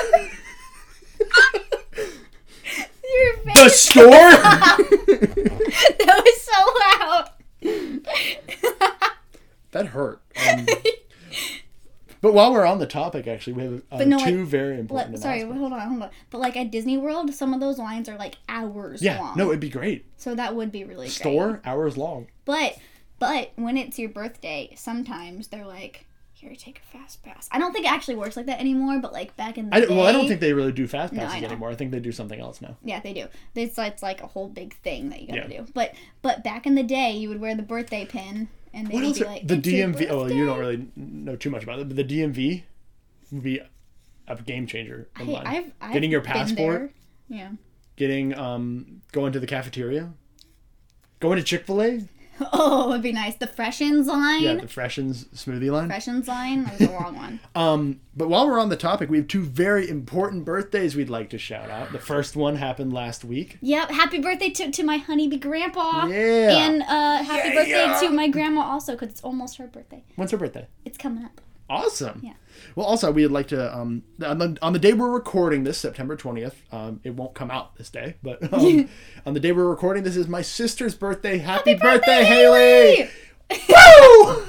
Your
the
face
store
that was so loud.
that hurt um, but while we're on the topic actually we have uh,
no,
two
like,
very
But-
important
sorry,
announcements.
hold on, hold on. But like at Disney World, some of those lines are like hours
yeah
long.
no it'd be great
so that would be really
store
great.
hours long
But but when it's your birthday, sometimes they're like, here, take a fast pass. I don't think it actually works like that anymore. But like back in the
I,
day,
don't- well i don't think they really do fast
No, I
passes
know.
anymore i think they do something else now
Yeah, they do. It's it's like a whole big thing that you gotta
Yeah.
do. But but back in the day, you would wear the birthday pin, and they
What
would
else?
be
are-
like
the
"It's your
DMV. Oh,
birthday."
you don't really know too much about it, but the DMV would be a game changer
Hey,
online.
I've, I've
Getting your
been
passport,
there. Yeah.
getting um, going to the cafeteria, going to Chick Fil A.
Oh, it'd be nice. The freshens line.
Yeah, the Freshens smoothie line.
freshens line. That was the wrong one.
Um, but while we're on the topic, we have two very important birthdays we'd like to shout out. The first one happened last week.
Yep. Happy birthday to, to my honeybee grandpa.
Yeah.
And uh, happy
Yeah,
birthday
yeah.
to my grandma also, because it's almost her birthday.
When's her birthday?
It's coming up.
Awesome.
Yeah.
Well, also we'd like to um on the, on the day we're recording this, September twentieth. Um, it won't come out this day, but um, on the day we're recording this is my sister's birthday. Happy, birthday, Haley! Woo!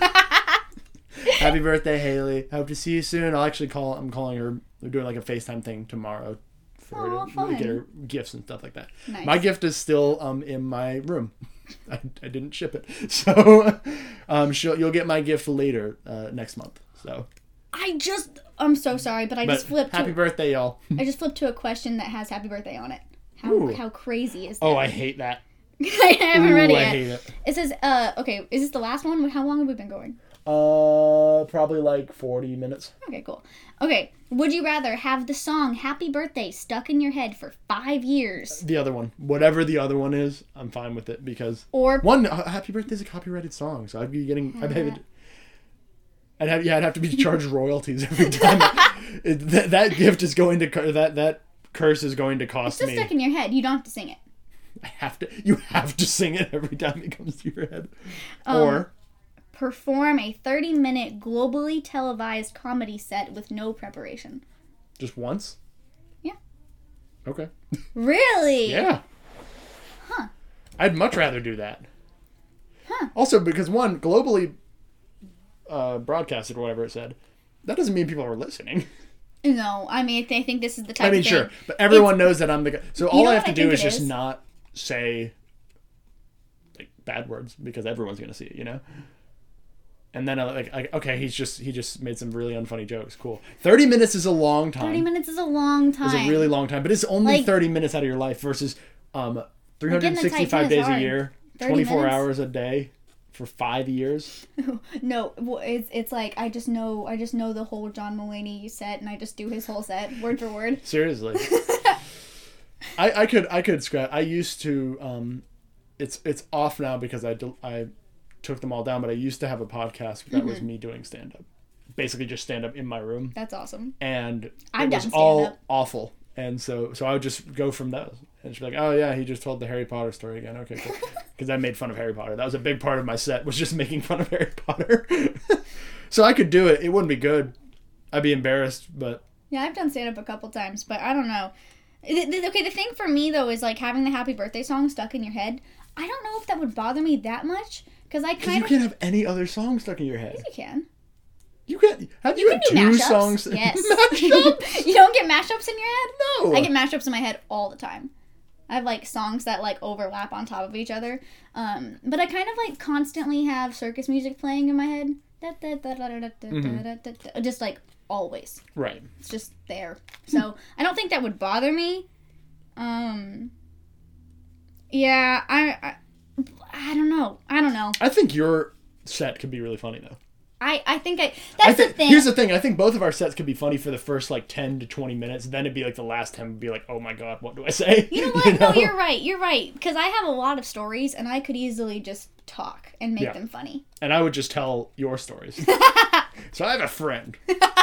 Happy birthday, Haley. I hope to see you soon. I'll actually call. I'm calling her. We're doing like a Facetime thing tomorrow for
Aw,
her to
fun.
get her gifts and stuff like that.
Nice.
My gift is still um in my room. I, I didn't ship it, so um she'll, you'll get my gift later uh, next month. So,
I just, I'm so sorry, but I
but
just flipped.
happy
To,
birthday, y'all.
I just flipped to a question that has happy birthday on it. How,
Ooh.
how crazy is that?
Oh, I hate that.
I haven't read
Ooh,
it
I
yet.
hate it.
It says, uh, okay, is this the last one? How long have we been going?
Uh, probably like forty minutes.
Okay, cool. Okay, would you rather have the song Happy Birthday stuck in your head for five years
The other one, whatever the other one is, I'm fine with it because
or
One, uh, Happy Birthday is a copyrighted song, so I'd be getting. I'd have, I'd have yeah, I'd have to be charged royalties every time. it, that, that gift is going to cur- that that curse is going to cost
just
me.
stuck in your head? You don't have to sing it.
I have to. You have to sing it every time it comes to your head.
Um,
or
Perform a 30 minute globally televised comedy set with no preparation.
just once.
Yeah.
Okay.
Really?
Yeah.
Huh.
I'd much rather do that.
Huh.
Also, because one globally uh, broadcasted, or whatever it said, that doesn't mean people are listening.
No, I mean, I think this is the type
I mean,
of thing.
sure, but everyone knows that I'm the guy. So all
know
I have
what
to do
I think
is
it
just
is?
not say like bad words because everyone's gonna see it, you know. And then I like, I, okay, he's just he just made some really unfunny jokes. Cool. Thirty minutes is a long time.
30 minutes is a long time.
is a really long time, but it's only
Like-
thirty minutes out of your life versus um, three hundred
Titan
sixty-five
is
days a
hard.
year,
30
twenty-four
minutes?
hours a day for five years.
No, w- it's, it's like I just know I just know the whole John Mulaney set and I just do his whole set word for word.
Seriously. I, I could I could scratch. I used to. Um, it's it's off now because I del- I took them all down. But I used to have a podcast that was
Mm-hmm.
me doing stand up, basically just stand up in my room,
That's awesome.
and
I've
it was
done
all
stand-up.
awful. And so so I would just go from those and she'd be like, oh yeah, he just told the Harry Potter story again. Okay, cool. Because I made fun of Harry Potter. That was a big part of my set was just making fun of Harry Potter. so I could do it. It wouldn't be good. I'd be embarrassed, but
Yeah, I've done stand up a couple times, but I don't know. Th- th- Okay, the thing for me though is like having the happy birthday song stuck in your head. I don't know if that would bother me that much because I
because you
kind of
can't have any other song stuck in your head.
you can.
You can't. Have you, had
do
two
mashups.
songs?
Yes.
Mashup?
you don't get mashups in your head?
No.
I get mashups in my head all the time. I have like songs that like overlap on top of each other. Um, but I kind of like constantly have circus music playing in my head. Da, da, da, da, da, da, da,
Mm-hmm.
da, da, da. Just like always.
Right.
It's just there. So I don't think that would bother me. Um Yeah, I I, I don't know. I don't know.
I think your set could be really funny though.
I, I think I.
I
That's
think,
the thing.
Here's the thing. I think both of our sets could be funny for the first like ten to twenty minutes. Then it'd be like the last ten would be like, oh my god, what do I say?
you know what? No, you're right. You're right. Because I have a lot of stories, and I could easily just talk and make
Yeah.
them funny.
and I would just tell your stories. so I have a friend.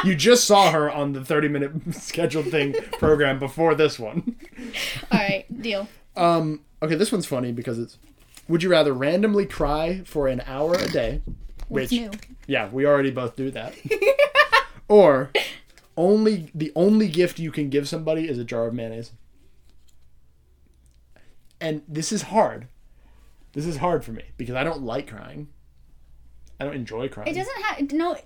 You just saw her on the thirty-minute scheduled thing program before this one.
All right, deal.
Um, okay, this one's funny because it's. Would you rather randomly cry for an hour a day?
What's new?
Yeah, we already both do that. or only the only gift you can give somebody is a jar of mayonnaise. And this is hard. This is hard for me because I don't like crying. I don't enjoy crying.
It doesn't have no.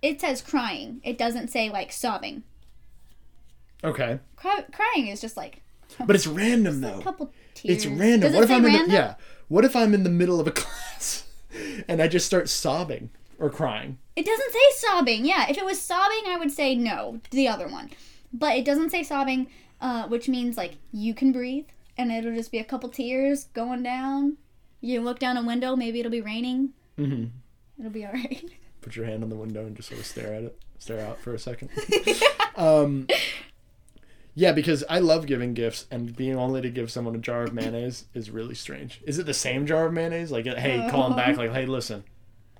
It says crying. It doesn't say like sobbing.
okay.
Cry, crying is just like
But it's random
a
though.
couple tears.
It's random.
Does it
what if
say
I'm in
random?
the, yeah? What if I'm in the middle of a class and I just start sobbing or crying?
It doesn't say sobbing. Yeah, if it was sobbing, I would say no, the other one. But it doesn't say sobbing, uh, which means like you can breathe, and it'll just be a couple tears going down. You look down a window. Maybe it'll be raining.
Mhm.
It'll be all right.
put your hand on the window and just sort of stare at it, stare out for a second. um, yeah, because I love giving gifts, and being only to give someone a jar of mayonnaise is really strange. Is it the same jar of mayonnaise? Like, hey, call him back. Like, hey, listen,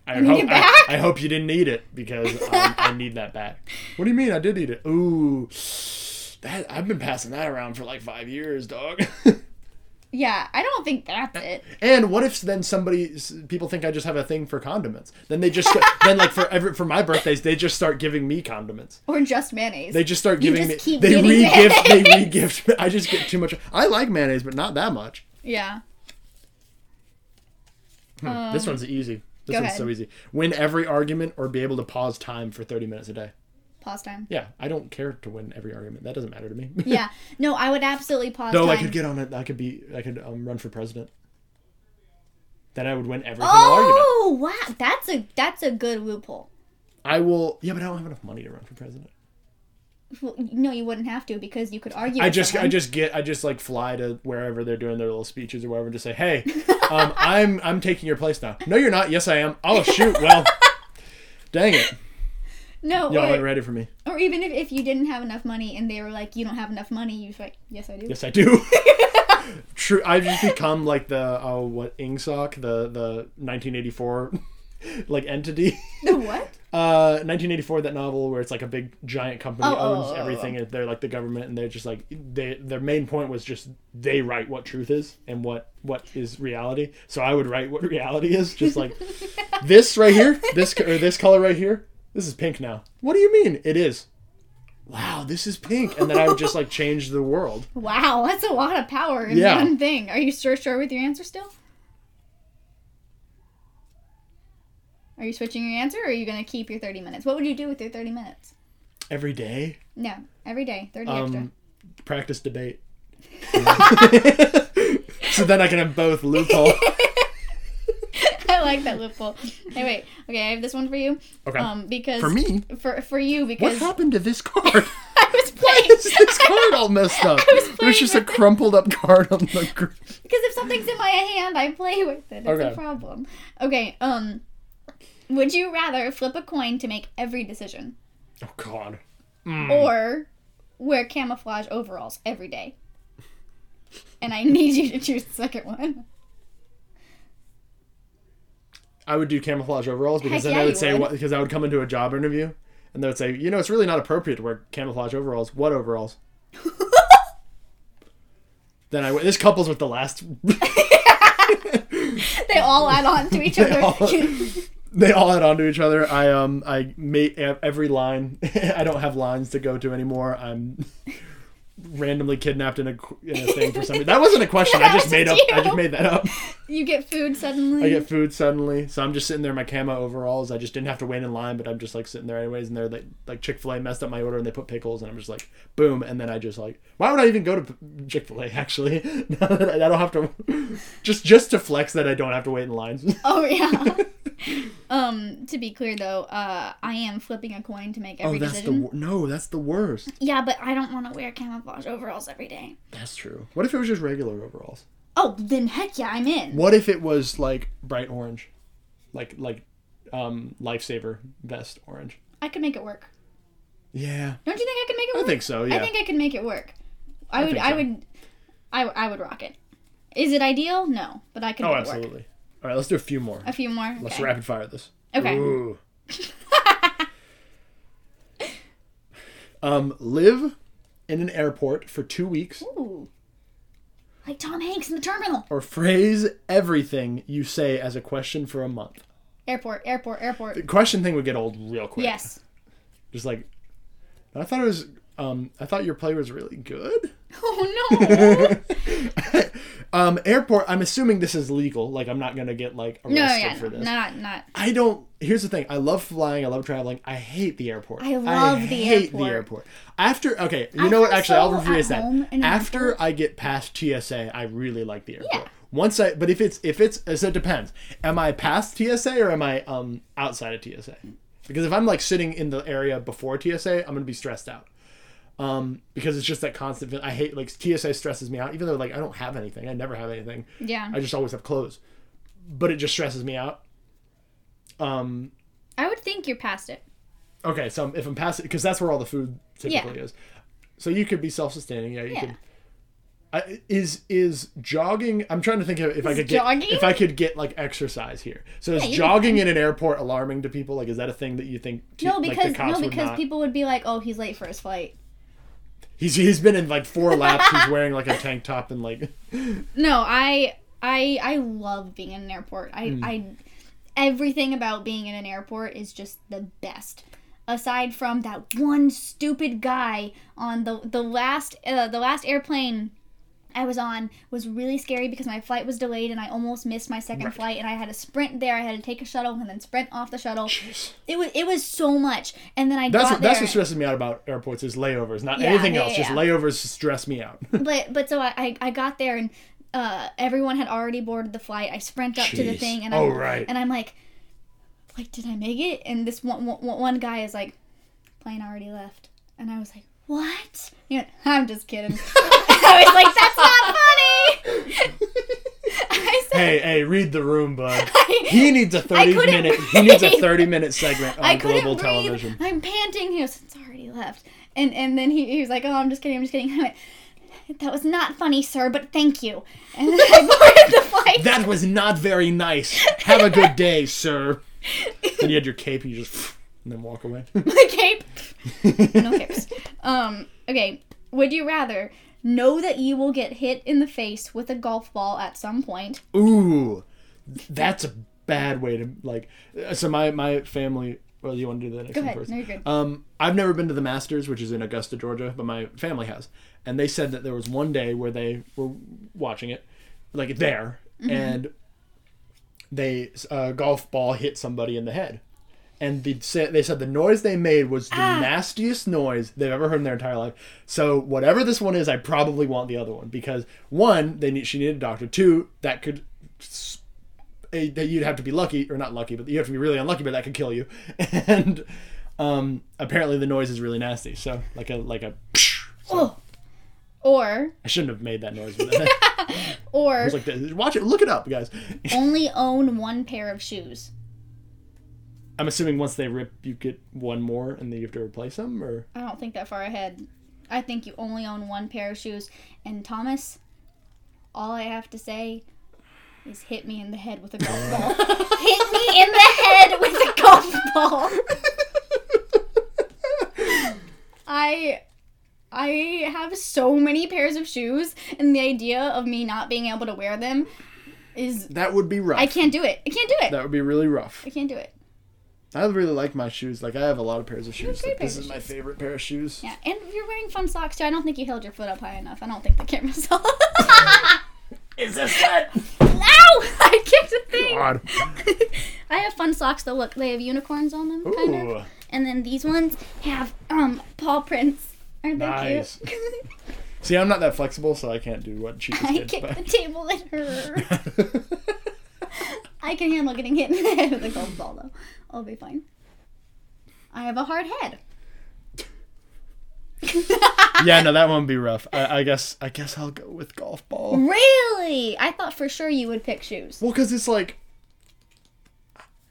I,
need
hope
it
I,
back?
I hope you didn't eat it because um, I need that back. What do you mean? I did eat it. Ooh, that I've been passing that around for like five years, dog.
Yeah, I don't think that's it.
And what if then somebody s- people think I just have a thing for condiments? Then they just then like for every for my birthdays they just start giving me condiments.
Or just mayonnaise.
They just start
You
giving
just
me
keep
they
getting
re-gift they re-gift. I just get too much. I like mayonnaise, but not that much.
yeah.
Hmm, this one's easy. This
Uh, go
one's so
ahead.
easy. Win every argument or be able to pause time for thirty minutes a day.
Pause time.
Yeah, I don't care to win every argument. That doesn't matter to me.
Yeah. No, I would absolutely pause
Though
time.
I could get on it. I could be. I could um, run for president. Then I would win every single argument.
oh wow, that's a that's a good loophole.
I will. Yeah, but I don't have enough money to run for president.
Well, no, you wouldn't have to because you could argue.
I
with
just I
someone.
just get I just like fly to wherever they're doing their little speeches or whatever and just say, Hey, um, I'm I'm taking your place now. No you're not, yes I am. Oh shoot, well dang it.
no.
Y'all
or-
ain't ready for me.
Or even if, if you didn't have enough money and they were like, you don't have enough money, you're like, yes, I do.
Yes I do. True I've just become like the oh what Ingsoc, the the nineteen eighty four like entity.
The what?
Uh, 1984, that novel where it's like a big giant company
Oh, oh,
owns
oh, oh,
everything, and they're like the government, and they're just like they their main point was just they write what truth is and what what is reality. So I would write what reality is, just like this right here, this co- or this color right here. This is pink now. What do you mean it is? Wow, this is pink, and then I would just like change the world.
Wow, that's a lot of power in
Yeah.
one thing. Are you sure sure with your answer still? Are you switching your answer or are you going to keep your 30 minutes? What would you do with your 30 minutes?
Every day,
No, every day, 30 extra.
um, practice debate. so then I can have both loophole.
I like that loophole. Hey, wait. Okay, I have this one for you.
Okay.
Um, because
for me,
for for you
What
because
happened to this card?
I was playing.
this card all messed up. It was just a crumpled up card on the gr-
Because if something's in my hand, I play with it. It's
Okay.
a problem. Okay, um would you rather flip a coin to make every decision
Oh god. Hmm.
or wear camouflage overalls every day? And I need you to choose the second one.
I would do camouflage overalls because
Heck
then
yeah,
I
you
would say
would.
what because I would come into a job interview and they would say, "You know, it's really not appropriate to wear camouflage overalls. What overalls?" then I would this couples with the last
They all add on to each
They
other.
all- they all add on to each other. I um I made every line. I don't have lines to go to anymore. I'm randomly kidnapped in a, qu- in a thing for somebody. That wasn't a question. I just made
That was
up. I
you.
just made that up.
you get food suddenly.
I get food suddenly, so I'm just sitting there in my camo overalls. I just didn't have to wait in line, but I'm just like sitting there anyways. And they're like, like Chick Fil A messed up my order, and they put pickles, and I'm just like, boom. And then I just like, why would I even go to Chick Fil A? Actually, now that I, I don't have to, just just to flex that I don't have to wait in lines.
oh yeah. um to be clear though, uh I am flipping a coin to make every
oh, that's the
decision.
wor- no, that's the worst.
yeah, but I don't want to wear camouflage overalls every day.
That's true. What if it was just regular overalls?
Oh, then heck yeah, I'm in.
What if it was like bright orange, like like um, lifesaver vest orange.
I could make it work.
Yeah,
Don't you think I could make it
I
work?
think so. Yeah,
I think I could make it work. I, would.
think
I
so.
would. I, I would rock it. Is it ideal? No, but I could.
oh,
make It work.
absolutely. All right, let's do a few more.
A few more.
Let's
okay.
rapid fire this.
Okay.
Ooh. um, live in an airport for two weeks,
Ooh. Like Tom Hanks in the terminal.
or phrase everything you say as a question for a month.
Airport. Airport. Airport.
The question thing would get old real quick.
Yes.
Just like, I thought it was. Um, I thought your play was really good.
Oh no.
Um, airport. I'm assuming this is legal. Like, I'm not gonna get like arrested
no. Yeah.
for
No,
this.
not. Not.
I don't. Here's the thing. I love flying. I love traveling. I hate the airport.
I love the
hate the
airport.
airport. After okay, you
I
know what?
feel
Actually, I'll
so
rephrase
at
that.
home in an
After
airport.
I get past TSA, I really like the airport.
Yeah.
Once I, but if it's if it's so it depends. Am I past TSA or am I um outside of TSA? Because if I'm like sitting in the area before TSA, I'm gonna be stressed out. Um, because it's just that constant. I hate like TSA stresses me out. Even though like I don't have anything, I never have anything.
Yeah.
I just always have clothes, but it just stresses me out. Um,
I would think you're past it.
okay, so if I'm past because that's where all the food typically is. So you could be self-sustaining. Yeah, you
Yeah.
could. I, is is jogging? I'm trying to think of if I
Is
could get
jogging?
if I could get like exercise here. So is
Yeah, you
jogging in an airport alarming to people? Like, is that a thing that you think? t-
No,
like, the
because
cops
no,
would
because
not-
people would be like, "Oh, he's late for his flight."
He's he's been in like four laps. he's wearing like a tank top and like
No, I I I love being in an airport. I
Mm.
I everything about being in an airport is just the best. Aside from that one stupid guy on the the last uh, the last airplane I was on was really scary because my flight was delayed and I almost missed my second
Right.
flight and I had to sprint there. I had to take a shuttle and then sprint off the shuttle. It was it was so much. And then I
that's
got
what, that's
there.
what stresses me out about airports is layovers, not
Yeah,
anything
yeah,
else.
yeah,
Just
yeah.
layovers stress me out.
but but so I, I, I got there and uh, everyone had already boarded the flight. I sprint up to the
Jeez.
thing and I'm,
Oh, right.
and I'm like, like did I make it? And this one one- one guy is like, plane already left, and I was like, what? You know, I'm just kidding. I was like, that's not funny. I said,
hey, hey, read the room, bud.
I-
He needs a thirty
couldn't
minute. He needs a
breathe.
thirty minute segment on
I couldn't
global
breathe.
television.
I'm panting. He goes, it's already left. And and then he, he was like, oh, I'm just kidding. I'm just kidding. I went, that was not funny, sir, but thank you. And then I boarded the flight.
That was not very nice. Have a good day, sir. Then you had your cape. You just and then walk away.
the cape. no capes. Um, okay. Would you rather know that you will get hit in the face with a golf ball at some point?
Ooh, that's a bad way to like. uh, So my my family. Well, you want to do the next
Go
one
ahead.
first?
No, you're good.
Um, I've never been to the Masters, which is in Augusta, Georgia, but my family has, and they said that there was one day where they were watching it, like there,
Mm-hmm.
and they a golf ball hit somebody in the head, and they said they said the noise they made was the nastiest noise they've ever heard in their entire life. So whatever this one is, I probably want the other one because one, they need she needed a doctor. Two, that could s- a- that you'd have to be lucky or not lucky, but you have to be really unlucky, but that could kill you. And um, apparently the noise is really nasty. So like a like a
Oh. Or
I shouldn't have made that noise. But I
or
was like, this. watch it, look it up, guys.
only own one pair of shoes.
I'm assuming once they rip, you get one more, and then you have to replace them, or
I don't think that far ahead. I think you only own one pair of shoes. And Thomas, all I have to say is hit me in the head with a golf ball. hit me in the head with a golf ball. I I have so many pairs of shoes and the idea of me not being able to wear them is
that would be rough.
I can't do it. I can't do it.
That would be really rough.
I can't do it.
I really like my shoes. Like I have a lot of pairs of shoes.
great
Like, this
pairs of
is my favorite pair of shoes.
Yeah, and you're wearing fun socks too. I don't think you held your foot up high enough. I don't think the camera saw.
Is this good?
Ow! I kicked a thing.
God.
I have fun socks that look. They have unicorns on them, kind
Ooh.
of. And then these ones have um paw prints. Aren't they
Nice.
cute?
See, I'm not that flexible, so I can't do what she
I
just did.
kicked the
But...
table at her. I can handle getting hit in the head with a golf ball though. I'll be fine. I have a hard head.
yeah, no, that one would be rough. I, I guess. I guess I'll go with golf ball.
Really? I thought for sure you would pick shoes.
Well, because it's like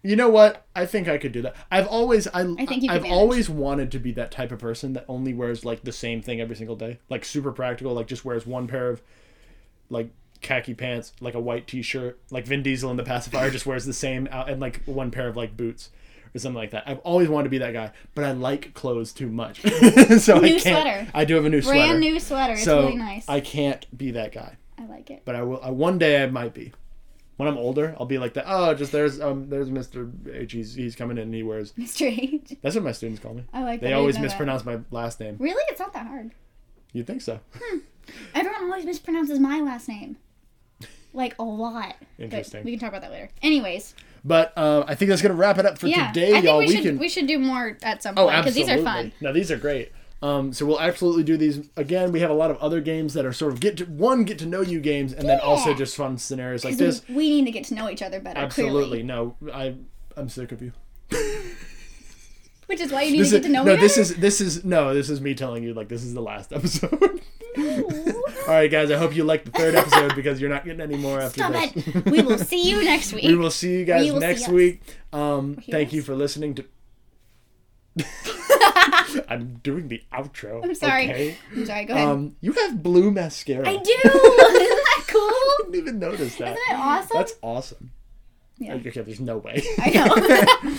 You know what? I think I could do that. I've always I, I
think you could
I've
manage.
always wanted to be that type of person that only wears like the same thing every single day. Like super practical, like just wears one pair of like khaki pants, like a white t-shirt, like Vin Diesel in The Pacifier just wears the same out and like one pair of like boots or something like that. I've always wanted to be that guy, but I like clothes too much. so I
New
can't.
sweater.
I do have a new
Brand
sweater.
new sweater. It's
so
really nice.
I
I,
can't be that guy
like it.
but I will. I, one day I might be. When I'm older, I'll be like that. Oh, just there's um there's Mr. H. He's, he's coming in. and He wears.
Mr. H.
That's what my students call me.
I like that.
They
I didn't
always
know that.
mispronounce my last name.
Really? It's not that hard.
You'd think so.
Everyone always mispronounces my last name. Like a lot. But
Interesting.
we can talk about that later. Anyways,
But um, I think that's gonna wrap it up for
yeah. I
today,
think
y'all.
we,
We,
should
can.
we should do more at some
oh,
point because
absolutely.
these are fun.
Now these are great. Um, so we'll absolutely do these again. We have a lot of other games that are sort of get to one get to know you games, and then also
Yeah.
just fun scenarios like
'Cause
this.
we, we need to get to know each other better.
Absolutely.
Clearly.
No, I I'm sick of you.
Which is why you need
This
to
is,
get to know
no,
me
this
better.
is this is no, this is me telling you like this is the last episode. All right, guys. I hope you liked the third episode because you're not getting any more after
Stop
this.
it. We will see you next week.
we will see you guys
We will see
next
us.
week. Um,
hear
thank
us.
you for listening to. I'm doing the outro.
I'm sorry.
Okay?
I'm sorry, go ahead.
Um, you have blue mascara.
I do! Isn't that cool?
didn't even notice that.
Isn't it awesome?
That's awesome.
Yeah.
Okay, there's no way.
I know.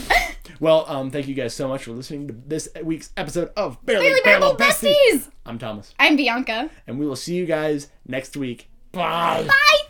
well, um, thank you guys so much for listening to this week's episode of Barely,
Really
Barrel
Barrel
Besties.
Besties!
I'm Thomas,
I'm Bianca.
and we will see you guys next week. Bye.
Bye!